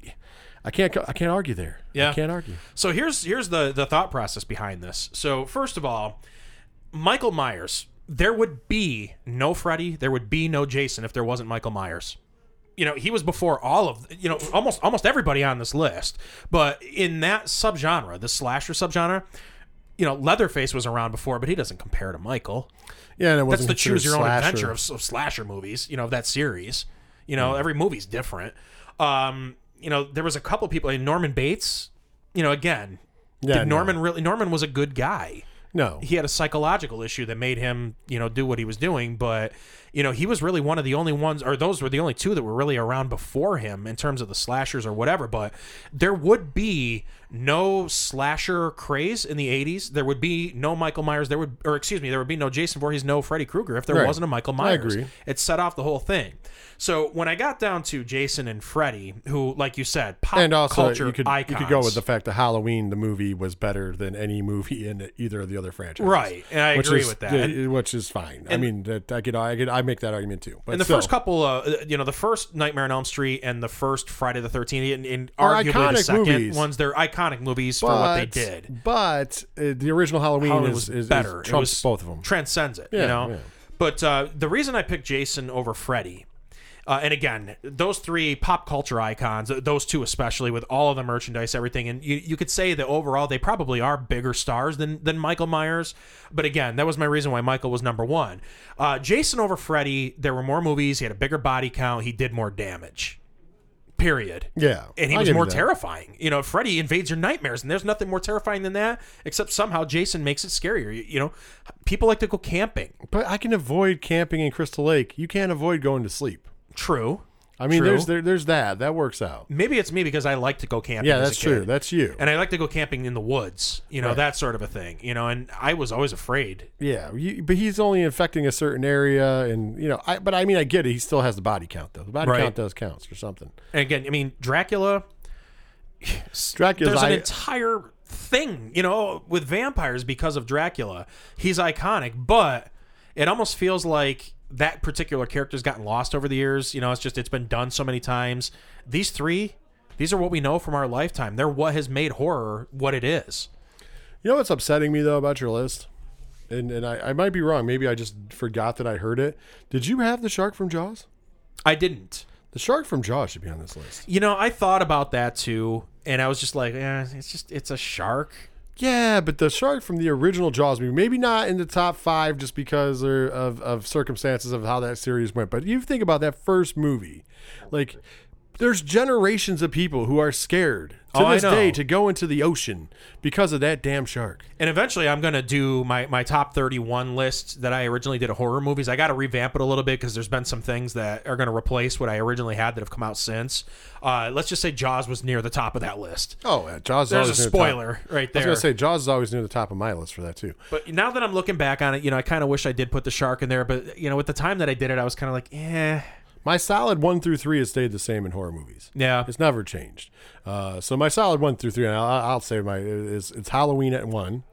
Speaker 2: I can't co- I can't argue there.
Speaker 1: Yeah.
Speaker 2: I can't argue.
Speaker 1: So here's here's the the thought process behind this. So first of all, Michael Myers, there would be no Freddy, there would be no Jason if there wasn't Michael Myers. You know, he was before all of you know almost almost everybody on this list. But in that subgenre, the slasher subgenre, you know, Leatherface was around before, but he doesn't compare to Michael.
Speaker 2: Yeah, and it
Speaker 1: That's
Speaker 2: wasn't
Speaker 1: the choose your
Speaker 2: considered
Speaker 1: own
Speaker 2: slasher.
Speaker 1: adventure of, of slasher movies. You know, of that series. You know, every movie's different. Um, you know, there was a couple people, like Norman Bates. You know, again,
Speaker 2: Yeah,
Speaker 1: did
Speaker 2: no.
Speaker 1: Norman really? Norman was a good guy.
Speaker 2: No.
Speaker 1: He had a psychological issue that made him, you know, do what he was doing. But you know, he was really one of the only ones, or those were the only two that were really around before him in terms of the slashers or whatever. But there would be no slasher craze in the '80s. There would be no Michael Myers. There would, or excuse me, there would be no Jason Voorhees, no Freddy Krueger if there
Speaker 2: Right.
Speaker 1: wasn't a Michael
Speaker 2: I
Speaker 1: Myers.
Speaker 2: agree.
Speaker 1: It set off the whole thing. So when I got down to Jason and Freddy, who, like you said, pop
Speaker 2: and also,
Speaker 1: culture
Speaker 2: you could
Speaker 1: icons,
Speaker 2: you could go with the fact that Halloween, the movie, was better than any movie in either of the other franchises.
Speaker 1: Right, and I
Speaker 2: which
Speaker 1: agree
Speaker 2: is-
Speaker 1: with that.
Speaker 2: yeah, which is fine. I mean, that I could I could I make that argument too. But
Speaker 1: And the
Speaker 2: still.
Speaker 1: first couple, uh, you know, the first Nightmare on Elm Street and the first Friday the Thirteenth, and, and
Speaker 2: Are
Speaker 1: arguably the
Speaker 2: iconic
Speaker 1: second
Speaker 2: movies.
Speaker 1: ones, they're iconic movies for what they did.
Speaker 2: But uh, the original Halloween,
Speaker 1: Halloween
Speaker 2: is,
Speaker 1: was
Speaker 2: is,
Speaker 1: better.
Speaker 2: Is
Speaker 1: it
Speaker 2: trumps
Speaker 1: was
Speaker 2: both of them.
Speaker 1: Transcends it. you
Speaker 2: Yeah,
Speaker 1: know.
Speaker 2: yeah.
Speaker 1: But uh, the reason I picked Jason over Freddy. Uh, and again, those three pop culture icons, th- those two especially, with all of the merchandise, everything, and you, you could say that overall they probably are bigger stars than than Michael Myers. But again, that was my reason why Michael was number one. Uh, Jason over Freddy, there were more movies, he had a bigger body count, he did more damage. Period
Speaker 2: yeah,
Speaker 1: and he
Speaker 2: I'll
Speaker 1: was
Speaker 2: give you
Speaker 1: more
Speaker 2: that.
Speaker 1: terrifying. You know, Freddy invades your nightmares, and there's nothing more terrifying than that. Except somehow Jason makes it scarier. You, you know, people like to go camping.
Speaker 2: But I can avoid camping in Crystal Lake. You can't avoid going to sleep.
Speaker 1: True.
Speaker 2: I mean,
Speaker 1: True.
Speaker 2: there's there, there's that. That works out.
Speaker 1: Maybe it's me because I like to go camping.
Speaker 2: Yeah,
Speaker 1: as a
Speaker 2: that's true.
Speaker 1: kid.
Speaker 2: That's you.
Speaker 1: and I like to go camping in the woods. You know, that sort of a thing. You know, and I was always afraid.
Speaker 2: yeah, you, but he's only infecting a certain area, and you know. I, but I mean, I get it. He still has the body count though. The body
Speaker 1: Right.
Speaker 2: count does counts or something.
Speaker 1: And again, I mean, Dracula.
Speaker 2: Dracula's
Speaker 1: there's an
Speaker 2: I-
Speaker 1: entire thing, you know, with vampires because of Dracula. He's iconic, but it almost feels like that particular character's gotten lost over the years. You know, it's just it's been done so many times. These three, these are what we know from our lifetime. They're what has made horror what it is.
Speaker 2: You know what's upsetting me though about your list, and and I, I might be wrong. Maybe I just forgot that I heard it. Did you have the shark from Jaws?
Speaker 1: I didn't.
Speaker 2: The shark from Jaws should be on this list.
Speaker 1: You know, I thought about that too, and I was just like, eh, it's just it's a shark.
Speaker 2: Yeah, but the shark from the original Jaws movie, maybe not in the top five just because or of, of circumstances of how that series went. But you think about that first movie, like there's generations of people who are scared to
Speaker 1: Oh, I
Speaker 2: this
Speaker 1: know.
Speaker 2: day to go into the ocean because of that damn shark.
Speaker 1: And eventually, I'm gonna do my my top 31 list that I originally did of horror movies. I got to revamp it a little bit because there's been some things that are gonna replace what I originally had that have come out since. Uh, let's just say Jaws was near the top of that list.
Speaker 2: Oh, yeah, Jaws.
Speaker 1: There's
Speaker 2: is
Speaker 1: a
Speaker 2: always near the top.
Speaker 1: spoiler right
Speaker 2: I was
Speaker 1: there.
Speaker 2: gonna say Jaws is always near the top of my list for that too.
Speaker 1: But now that I'm looking back on it, you know, I kind of wish I did put the shark in there. But you know, at the time that I did it, I was kind of like, eh,
Speaker 2: My solid one through three has stayed the same in horror movies.
Speaker 1: yeah.
Speaker 2: It's never changed. Uh, so my solid one through three, and I'll, I'll say my is it's Halloween at one,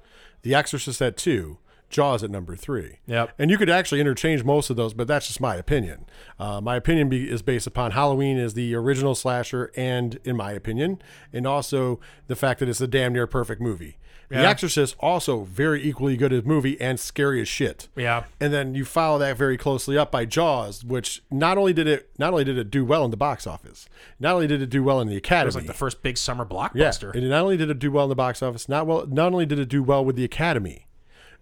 Speaker 2: The Exorcist at two, Jaws at number three.
Speaker 1: Yep.
Speaker 2: And you could actually interchange most of those, but that's just my opinion. Uh, my opinion be, is based upon Halloween is the original slasher, and in my opinion, and also the fact that it's a damn near perfect movie. The
Speaker 1: Yeah.
Speaker 2: Exorcist also very equally good as movie and scary as shit.
Speaker 1: Yeah.
Speaker 2: And then you follow that very closely up by Jaws, which not only did it not only did it do well in the box office, not only did it do well in the Academy.
Speaker 1: It was like the first big summer
Speaker 2: yeah,
Speaker 1: blockbuster.
Speaker 2: and not only did it do well in the box office, not well not only did it do well with the Academy,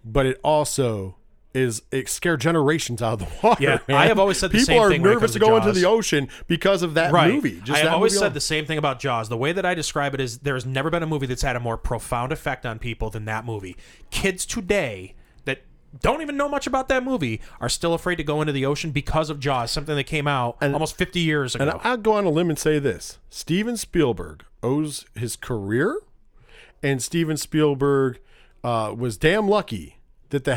Speaker 2: but it also is it scared generations out of the water.
Speaker 1: Yeah,
Speaker 2: man.
Speaker 1: I have always said the
Speaker 2: people
Speaker 1: same
Speaker 2: are
Speaker 1: thing when it
Speaker 2: nervous
Speaker 1: comes
Speaker 2: to
Speaker 1: to
Speaker 2: go into
Speaker 1: Jaws.
Speaker 2: the ocean because of that
Speaker 1: right.
Speaker 2: movie.
Speaker 1: I have
Speaker 2: that
Speaker 1: always
Speaker 2: movie
Speaker 1: said
Speaker 2: alone.
Speaker 1: the same thing about Jaws. The way that I describe it is there's never been a movie that's had a more profound effect on people than that movie. Kids today that don't even know much about that movie are still afraid to go into the ocean because of Jaws, something that came out almost 50 years ago.
Speaker 2: And I'll go on a limb and say this: Steven Spielberg owes his career, and Steven Spielberg uh, was damn lucky that the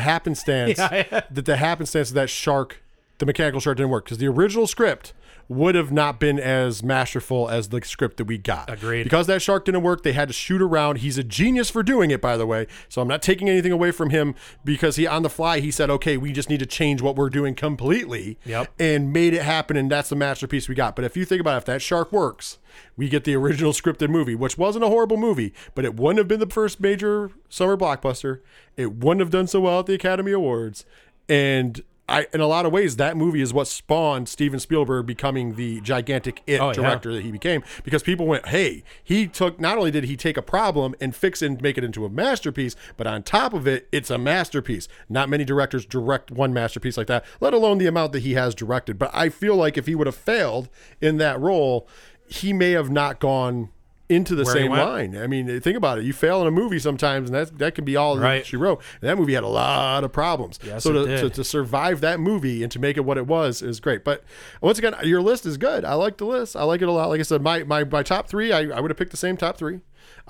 Speaker 2: happenstance
Speaker 1: Yeah.
Speaker 2: that the happenstance of that shark, the mechanical shark, didn't work because the original script would have not been as masterful as the script that we got.
Speaker 1: Agreed.
Speaker 2: Because that shark didn't work, they had to shoot around. He's a genius for doing it, by the way. So I'm not taking anything away from him because he on the fly he said, "Okay, we just need to change what we're doing completely."
Speaker 1: Yep.
Speaker 2: and made it happen, and that's the masterpiece we got. But if you think about it, if that shark works, we get the original scripted movie, which wasn't a horrible movie, but it wouldn't have been the first major summer blockbuster. It wouldn't have done so well at the Academy Awards, and I, in a lot of ways, that movie is what spawned Steven Spielberg becoming the gigantic it
Speaker 1: Oh, yeah.
Speaker 2: director that he became because people went, "Hey, he took not only did he take a problem and fix it and make it into a masterpiece, but on top of it, it's a masterpiece." Not many directors direct one masterpiece like that, let alone the amount that he has directed. But I feel like if he would have failed in that role, he may have not gone into the
Speaker 1: Where he
Speaker 2: same
Speaker 1: went?
Speaker 2: line. I mean, think about it. You fail in a movie sometimes, and that that can be all
Speaker 1: Right.
Speaker 2: she wrote. And that movie had a lot of problems.
Speaker 1: Yes,
Speaker 2: so
Speaker 1: it
Speaker 2: to,
Speaker 1: did.
Speaker 2: to- to survive that movie and to make it what it was is great. But once again, your list is good. I like the list. I like it a lot. Like I said, my my, my top three, I, I would have picked the same top three.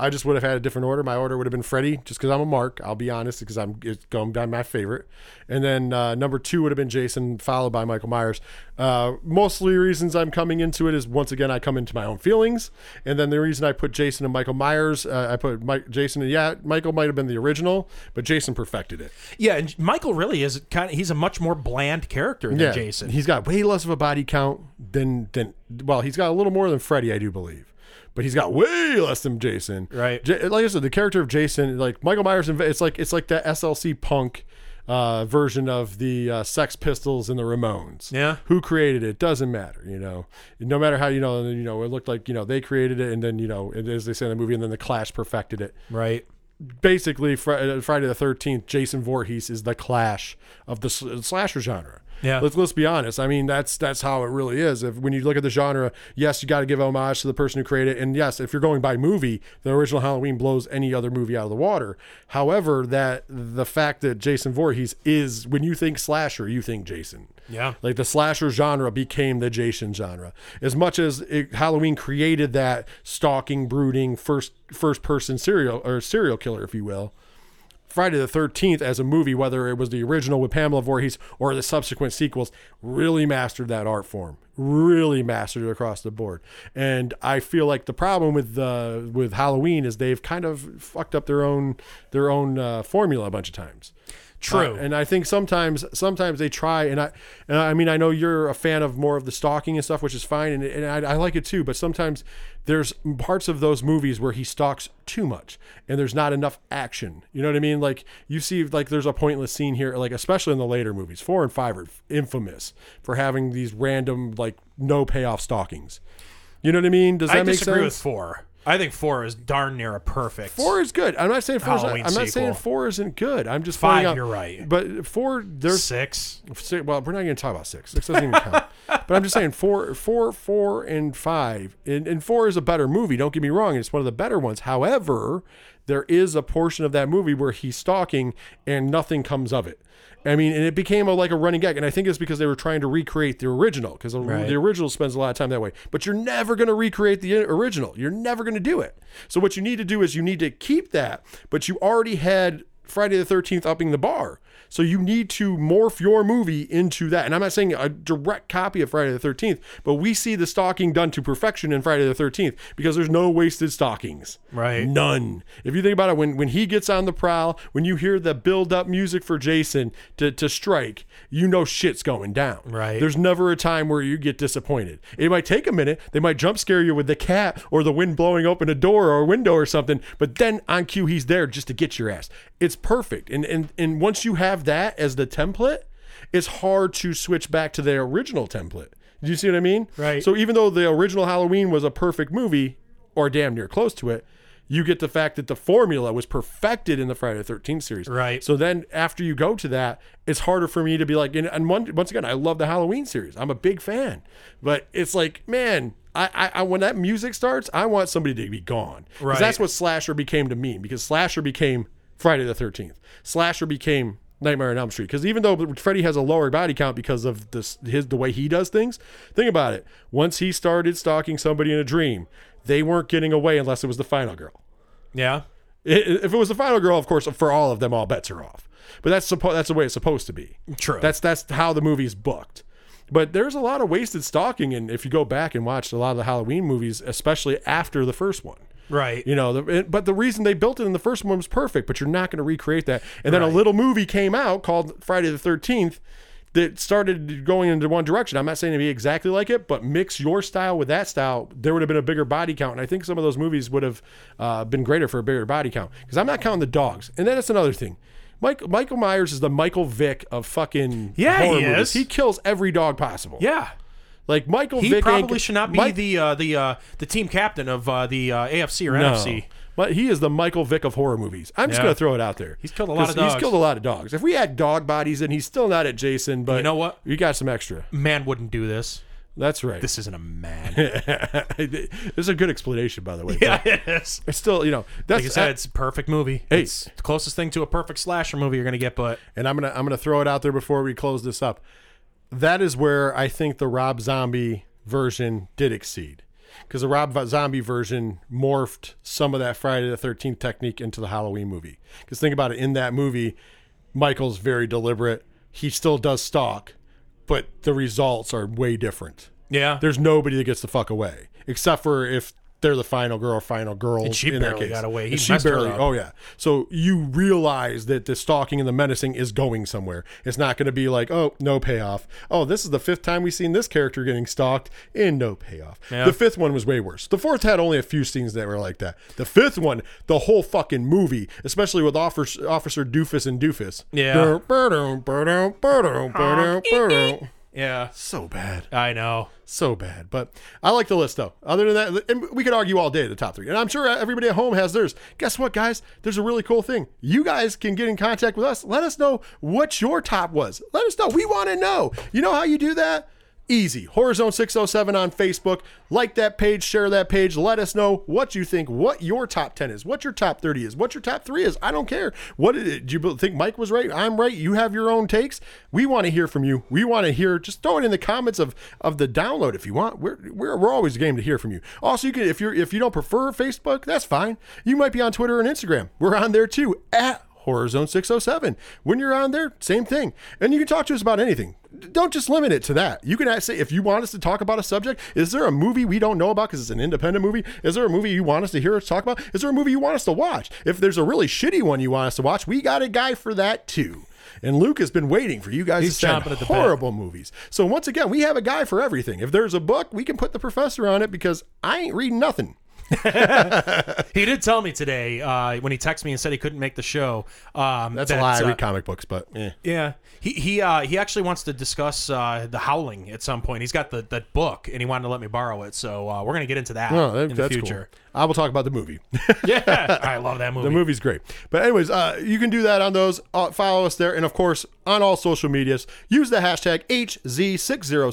Speaker 2: I just would have had a different order. My order would have been Freddy, just because I'm a Mark. I'll be honest, because I'm it's going down my favorite. And then uh, number two would have been Jason, followed by Michael Myers. Uh, mostly reasons I'm coming into it is once again I come into my own feelings, and then the reason I put Jason and Michael Myers, uh, I put Mike, Jason. Yeah, Michael might have been the original, but Jason perfected it.
Speaker 1: yeah, and Michael really is kind of he's a much more bland character than Jason.
Speaker 2: He's got way less of a body count than than well, he's got a little more than Freddy, I do believe. But he's got way less than Jason.
Speaker 1: Right.
Speaker 2: J- like I said, the character of Jason, like Michael Myers, inv- it's like it's like that SLC punk uh, version of the uh, Sex Pistols and the Ramones.
Speaker 1: Yeah.
Speaker 2: Who created it doesn't matter, you know. No matter how you know, you know, it looked like you know they created it, and then you know, and as they say in the movie, and then the Clash perfected it
Speaker 1: Right.
Speaker 2: basically Fri- uh, Friday the Thirteenth, Jason Voorhees is the clash of the sl- slasher genre.
Speaker 1: Yeah.
Speaker 2: let's let's be honest. I mean, that's that's how it really is. If when you look at the genre, yes, you got to give homage to the person who created it, and yes, if you're going by movie, the original Halloween blows any other movie out of the water. However, that the fact that Jason Voorhees is when you think slasher, you think Jason.
Speaker 1: Yeah.
Speaker 2: Like the slasher genre became the Jason genre. As much as it, Halloween created that stalking, brooding, first first person serial or serial killer, if you will. Friday the Thirteenth as a movie, whether it was the original with Pamela Voorhees or the subsequent sequels, really mastered that art form. Really mastered it across the board. And I feel like the problem with uh, with Halloween is they've kind of fucked up their own their own uh, formula a bunch of times.
Speaker 1: True.
Speaker 2: Uh, and I think sometimes sometimes they try and I and I mean I know you're a fan of more of the stalking and stuff, which is fine, and, and I, I like it too. But sometimes there's parts of those movies where he stalks too much, and there's not enough action. You know what I mean? Like you see, like there's a pointless scene here, like especially in the later movies, four and five are infamous for having these random like no payoff stalkings. You know what I mean? Does that
Speaker 1: I
Speaker 2: make
Speaker 1: disagree
Speaker 2: sense?
Speaker 1: with 4. I think four is darn near a perfect.
Speaker 2: Four is good. I'm not saying four. Is, I'm
Speaker 1: Halloween
Speaker 2: not saying
Speaker 1: sequel.
Speaker 2: four isn't good. I'm just
Speaker 1: Five,
Speaker 2: pointing Out,
Speaker 1: you're right.
Speaker 2: But four, there's
Speaker 1: six.
Speaker 2: Six, well, we're not going to talk about six. Six doesn't even count. but I'm just saying four, four, four, and five. And, and four is a better movie. Don't get me wrong. It's one of the better ones. However, there is a portion of that movie where he's stalking and nothing comes of it. I mean, and it became a, like a running gag. And I think it's because they were trying to recreate the original because the, the original spends a lot of time that way. But you're never going to recreate the original. You're never going to do it. So what you need to do is you need to keep that. But you already had Friday the 13th upping the bar. So you need to morph your movie into that. And I'm not saying a direct copy of Friday the 13th, but we see the stalking done to perfection in Friday the 13th because there's no wasted stockings.
Speaker 1: Right.
Speaker 2: None. If you think about it, when, when he gets on the prowl, when you hear the build up music for Jason to, to strike, you know shit's going down.
Speaker 1: Right.
Speaker 2: There's never a time where you get disappointed. It might take a minute. They might jump scare you with the cat or the wind blowing open a door or a window or something. But then on cue, he's there just to get your ass. It's perfect. And and and once you have that as the template, it's hard to switch back to the original template. Do you see what I mean?
Speaker 1: Right.
Speaker 2: So even though the original Halloween was a perfect movie, or damn near close to it. You get the fact that the formula was perfected in the Friday the 13th series.
Speaker 1: Right.
Speaker 2: So then after you go to that, it's harder for me to be like, and, and one, once again, I love the Halloween series. I'm a big fan, but it's like, man, I, I, I when that music starts, I want somebody to be gone. 'Cause
Speaker 1: Right.
Speaker 2: That's what slasher became to me because slasher became Friday the 13th. Slasher became Nightmare on Elm Street because even though Freddy has a lower body count because of this his the way he does things, think about it. Once he started stalking somebody in a dream, they weren't getting away unless it was the final girl.
Speaker 1: Yeah.
Speaker 2: I- if it was the final girl, of course, for all of them, all bets are off. But that's suppo- that's the way it's supposed to be.
Speaker 1: True.
Speaker 2: That's that's how the movie's booked. But there's a lot of wasted stalking, and if you go back and watch a lot of the Halloween movies, especially after the first one,
Speaker 1: right.
Speaker 2: you know. The, it- but the reason they built it in the first one was perfect. But you're not going to recreate that. And then a little movie came out called Friday the Thirteenth that started going into one direction. I'm not saying to be exactly like it, but mix your style with that style. There would have been a bigger body count, and I think some of those movies would have uh, been greater for a bigger body count. Because I'm not counting the dogs, and then that's another thing. Mike, Michael Myers is the Michael Vick of fucking
Speaker 1: Yeah,
Speaker 2: horror
Speaker 1: he
Speaker 2: movies.
Speaker 1: is.
Speaker 2: He kills every dog possible.
Speaker 1: yeah.
Speaker 2: like Michael
Speaker 1: He
Speaker 2: Vick ain't-
Speaker 1: probably should not be
Speaker 2: Mike-
Speaker 1: the uh, the uh, the team captain of uh, the uh, AFC or
Speaker 2: No.
Speaker 1: NFC.
Speaker 2: But he is the Michael Vick of horror movies. I'm just
Speaker 1: Yeah.
Speaker 2: going to throw it out there. He's
Speaker 1: killed a lot of dogs.
Speaker 2: He's killed a lot of dogs. If we had dog bodies in, he's still not at Jason, but
Speaker 1: You know what?
Speaker 2: You got some extra.
Speaker 1: Man wouldn't do this.
Speaker 2: That's right. This,
Speaker 1: This isn't a man.
Speaker 2: is a good explanation, by the way.
Speaker 1: yeah, it is.
Speaker 2: It's still, you know, that's
Speaker 1: Like I said, it's a perfect movie. It's the closest thing to a perfect slasher movie you're gonna get, but
Speaker 2: and I'm gonna I'm gonna throw it out there before we close this up. That is where I think the Rob Zombie version did exceed, because the Rob Zombie version morphed some of that Friday the Thirteenth technique into the Halloween movie. Because think about it, in that movie, Michael's very deliberate. He still does stalk, but the results are way different.
Speaker 1: yeah,
Speaker 2: There's nobody that gets the fuck away, except for if they're the final girl, or final girl.
Speaker 1: And she
Speaker 2: in that
Speaker 1: barely
Speaker 2: case.
Speaker 1: got away. He
Speaker 2: And she
Speaker 1: messed her
Speaker 2: barely.
Speaker 1: up.
Speaker 2: Oh yeah. So you realize that the stalking and the menacing is going somewhere. It's not going to be like, oh, no payoff. Oh, this is the fifth time we've seen this character getting stalked and no payoff. The fifth one was way worse. The fourth had only a few scenes that were like that. The fifth one, the whole fucking movie, especially with Officer, Officer Doofus and Doofus.
Speaker 1: Yeah. yeah.
Speaker 2: So bad.
Speaker 1: I know.
Speaker 2: So bad. But I like the list, though. Other than that, and we could argue all day the top three. And I'm sure everybody at home has theirs. Guess what, guys? There's a really cool thing. You guys can get in contact with us. Let us know what your top was. Let us know. We want to know. You know how you do that? Easy. Horizon 607 on Facebook. Like that page, share that page. Let us know what you think, what your top 10 is, what your top 30 is, what your top three is. I don't care. What did it, do you think Mike was right? I'm right. You have your own takes. We want to hear from you. We want to hear. Just throw it in the comments of of the download if you want. We're we're, we're always game to hear from you. Also, you can if you're if you don't prefer Facebook, that's fine. You might be on Twitter and Instagram. We're on there too at Horizon 607. When you're on there, same thing. And you can talk to us about anything. D- Don't just limit it to that. You can say if you want us to talk about a subject, is there a movie we don't know about because it's an independent movie? Is there a movie you want us to hear us talk about? Is there a movie you want us to watch? If there's a really shitty one you want us to watch, we got a guy for that too. And Luke has been waiting for you guys
Speaker 1: He's
Speaker 2: to send
Speaker 1: chomping at the bit.
Speaker 2: horrible movies. So once again, we have a guy for everything. If there's a book, we can put the professor on it because I ain't reading nothing.
Speaker 1: He did tell me today uh, when he texted me and said he couldn't make the show. Um,
Speaker 2: That's a lie. I
Speaker 1: uh,
Speaker 2: read comic books, but eh.
Speaker 1: Yeah, he he uh, he actually wants to discuss uh, the Howling at some point. He's got the that book, and he wanted to let me borrow it, so uh, we're gonna get into that
Speaker 2: No, Oh, that-
Speaker 1: in the
Speaker 2: that's
Speaker 1: future.
Speaker 2: cool. I will talk about the movie.
Speaker 1: Yeah, I love that movie.
Speaker 2: The movie's great. But anyways, uh, you can do that on those. Uh, follow us there, and of course on all social medias. Use the hashtag HZ607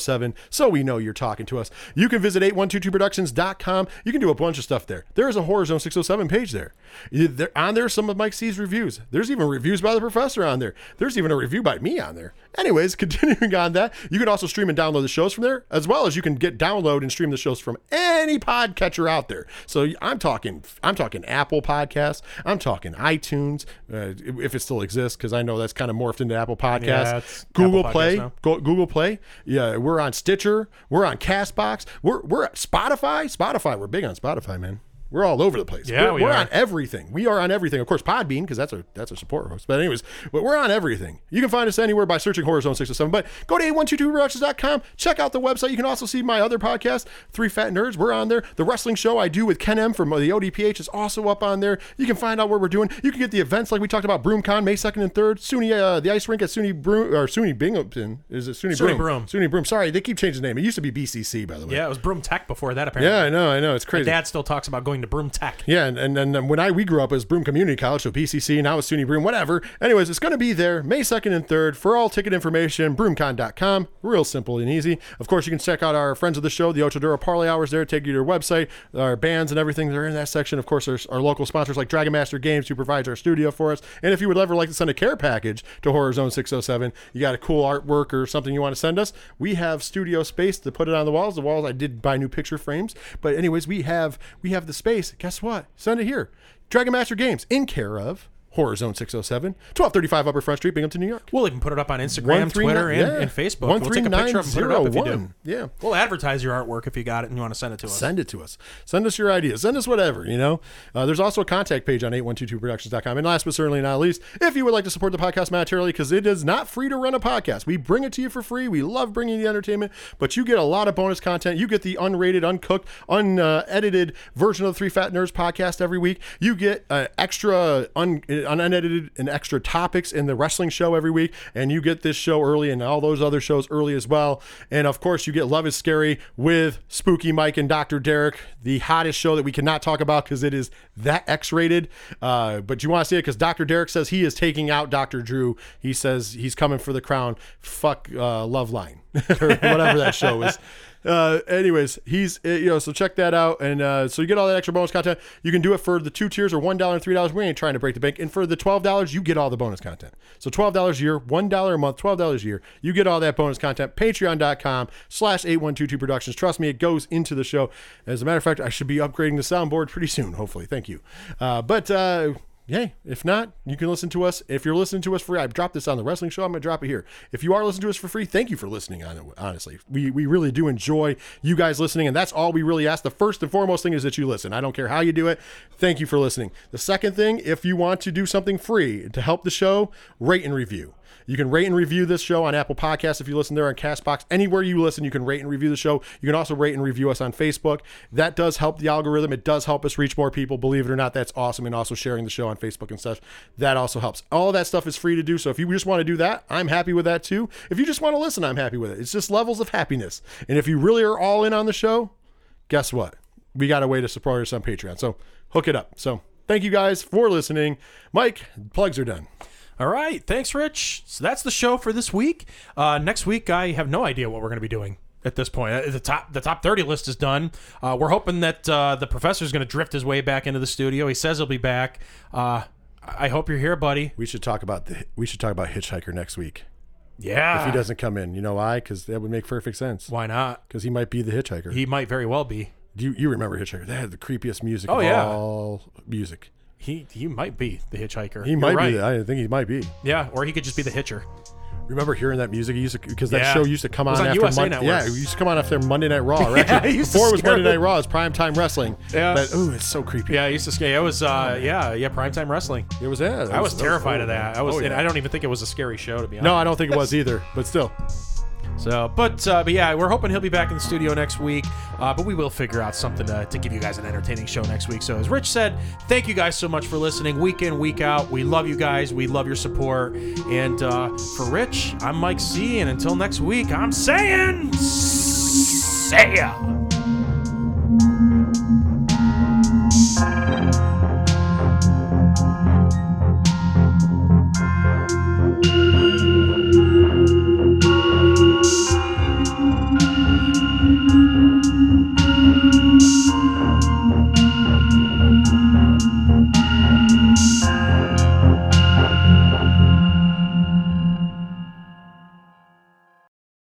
Speaker 2: so we know you're talking to us. You can visit 8122productions.com. You can do a bunch of stuff there. There is a Horror Zone 607 page there. You- there on there, are some of Mike C's reviews. There's even reviews by the professor on there. There's even a review by me on there. Anyways, continuing on that, you can also stream and download the shows from there, as well as you can get download and stream the shows from any podcatcher out there. So I'm talking, I'm talking Apple Podcasts, I'm talking iTunes, uh, if it still exists, because I know that's kind of morphed into Apple Podcasts,
Speaker 1: Yeah, it's
Speaker 2: Google
Speaker 1: Apple Podcasts
Speaker 2: Play,
Speaker 1: now.
Speaker 2: Go, Google Play. Yeah, we're on Stitcher, we're on Castbox, we're we're at Spotify, Spotify. We're big on Spotify, man. We're all over the place.
Speaker 1: Yeah,
Speaker 2: we're,
Speaker 1: we
Speaker 2: we're
Speaker 1: are.
Speaker 2: on everything. We are on everything. Of course, Podbean because that's our that's our support host. But anyways, but we're on everything. You can find us anywhere by searching Horror Zone Six oh Seven. But go to a one two two productions.com. Check out the website. You can also see my other podcast, Three Fat Nerds. We're on there. The wrestling show I do with Ken M from uh, the ODPH is also up on there. You can find out where we're doing. You can get the events like we talked about BroomCon May second and third. SUNY uh, the ice rink at SUNY Broom or SUNY Binghamton is it SUNY,
Speaker 1: SUNY
Speaker 2: Broom?
Speaker 1: Broom.
Speaker 2: SUNY Broom. Sorry, they keep changing the name. It used to be BCC by the way.
Speaker 1: yeah, it was Broom Tech before that, apparently.
Speaker 2: Yeah, I know, I know. It's crazy.
Speaker 1: Dad still talks about going to Broom Tech.
Speaker 2: Yeah, and, and, and when I we grew up as Broom Community College, so PCC, now it's SUNY Broom, whatever. Anyways, it's going to be there May 2nd and 3rd. For all ticket information, broomcon.com. Real simple and easy. Of course, you can check out our friends of the show, the Ochadura Parlay Hours there, take you to their website, our bands and everything. They're in that section. Of course, there's our local sponsors like Dragon Master Games, who provides our studio for us. And if you would ever like to send a care package to Horror Zone 607, you got a cool artwork or something you want to send us, we have studio space to put it on the walls. The walls, I did buy new picture frames. But anyways, we have we have the space. Guess what? Send it here. Dragon Master Games in care of Horror Zone 607, 1235 Upper Front Street, Binghamton, New York.
Speaker 1: We'll even put it up on Instagram, Twitter, and, and Facebook. We'll take a picture of it and put it up if you do.
Speaker 2: 13901. Yeah.
Speaker 1: We'll advertise your artwork if you got it and you want to send it to us.
Speaker 2: Send it to us. Send us your ideas. Send us whatever, you know. Uh, there's also a contact page on 8122productions.com. And last but certainly not least, if you would like to support the podcast monetarily, because it is not free to run a podcast, we bring it to you for free. We love bringing you the entertainment, but you get a lot of bonus content. You get the unrated, uncooked, unedited version of the Three Fat Nerds podcast every week. You get uh, extra, un- unedited, and extra topics in the wrestling show every week. And you get this show early and all those other shows early as well. And of course, you get Love is Scary with Spooky Mike and Dr. Derek, the hottest show that we cannot talk about because it is that X rated. Uh, but you want to see it because Dr. Derek says he is taking out Dr. Drew. He says he's coming for the crown. Fuck uh, Love Line or whatever that show is. Uh, anyways, he's uh, you know so check that out and uh, so you get all that extra bonus content. You can do it for the two tiers or one dollar and three dollars. We ain't trying to break the bank. And for the twelve dollars, you get all the bonus content. So twelve dollars a year, one dollar a month, twelve dollars a year. You get all that bonus content. Patreon.com/slash eight one two two productions. Trust me, it goes into the show. As a matter of fact, I should be upgrading the soundboard pretty soon. Hopefully, thank you. Uh, but. Uh, Yay. If not, you can listen to us. If you're listening to us free, I've dropped this on the wrestling show. I'm going to drop it here. If you are listening to us for free, thank you for listening on it, honestly. We, we really do enjoy you guys listening, and that's all we really ask. The first and foremost thing is that you listen. I don't care how you do it. Thank you for listening. The second thing, if you want to do something free to help the show, rate and review. You can rate and review this show on Apple Podcasts if you listen there on Castbox. Anywhere you listen, you can rate and review the show. You can also rate and review us on Facebook. That does help the algorithm. It does help us reach more people. Believe it or not, that's awesome. And also sharing the show on Facebook and stuff. That also helps. All that stuff is free to do. So if you just want to do that, I'm happy with that too. If you just want to listen, I'm happy with it. It's just levels of happiness. And if you really are all in on the show, guess what? We got a way to support us on Patreon. So hook it up. So thank you guys for listening. Mike, plugs are done.
Speaker 1: All right. Thanks, Rich. So that's the show for this week. Uh, next week, I have no idea what we're going to be doing at this point. Uh, The top the top 30 list is done. Uh, we're hoping that uh, the professor's going to drift his way back into the studio. He says he'll be back. Uh, I I hope you're here, buddy.
Speaker 2: We should talk about the we should talk about Hitchhiker next week.
Speaker 1: Yeah.
Speaker 2: If he doesn't come in, you know why? Because that would make perfect sense.
Speaker 1: Ah. Why not?
Speaker 2: Because he might be the Hitchhiker.
Speaker 1: He might very well be.
Speaker 2: Do you, you remember Hitchhiker? That had the creepiest music.
Speaker 1: Oh,
Speaker 2: of
Speaker 1: yeah.
Speaker 2: all music.
Speaker 1: He he might be the hitchhiker.
Speaker 2: He
Speaker 1: You're
Speaker 2: might
Speaker 1: right.
Speaker 2: be. I think he might be.
Speaker 1: Yeah, or he could just be the hitcher.
Speaker 2: Remember hearing that music? He used to because that
Speaker 1: Yeah.
Speaker 2: show used to come
Speaker 1: It was on
Speaker 2: after
Speaker 1: USA
Speaker 2: Monday.
Speaker 1: Network.
Speaker 2: Yeah, it used to come on after Monday Night Raw. Right?
Speaker 1: Yeah, it used to
Speaker 2: Before it was
Speaker 1: scare
Speaker 2: Monday
Speaker 1: me.
Speaker 2: Night Raw, it's primetime wrestling.
Speaker 1: Yeah.
Speaker 2: But ooh, it's so creepy.
Speaker 1: Yeah, I used to skate. It was
Speaker 2: Oh,
Speaker 1: uh yeah, yeah, primetime wrestling.
Speaker 2: It was. Yeah,
Speaker 1: I was terrified of that. I was
Speaker 2: oh,
Speaker 1: and
Speaker 2: yeah.
Speaker 1: I don't even think it was a scary show to be honest.
Speaker 2: No, I don't think it was either. But still,
Speaker 1: So, but uh, but yeah, we're hoping he'll be back in the studio next week. Uh, but we will figure out something to, to give you guys an entertaining show next week. So, as Rich said, thank you guys so much for listening week in week out. We love you guys. We love your support. And uh, for Rich, I'm Mike C. And until next week, I'm saying, say ya.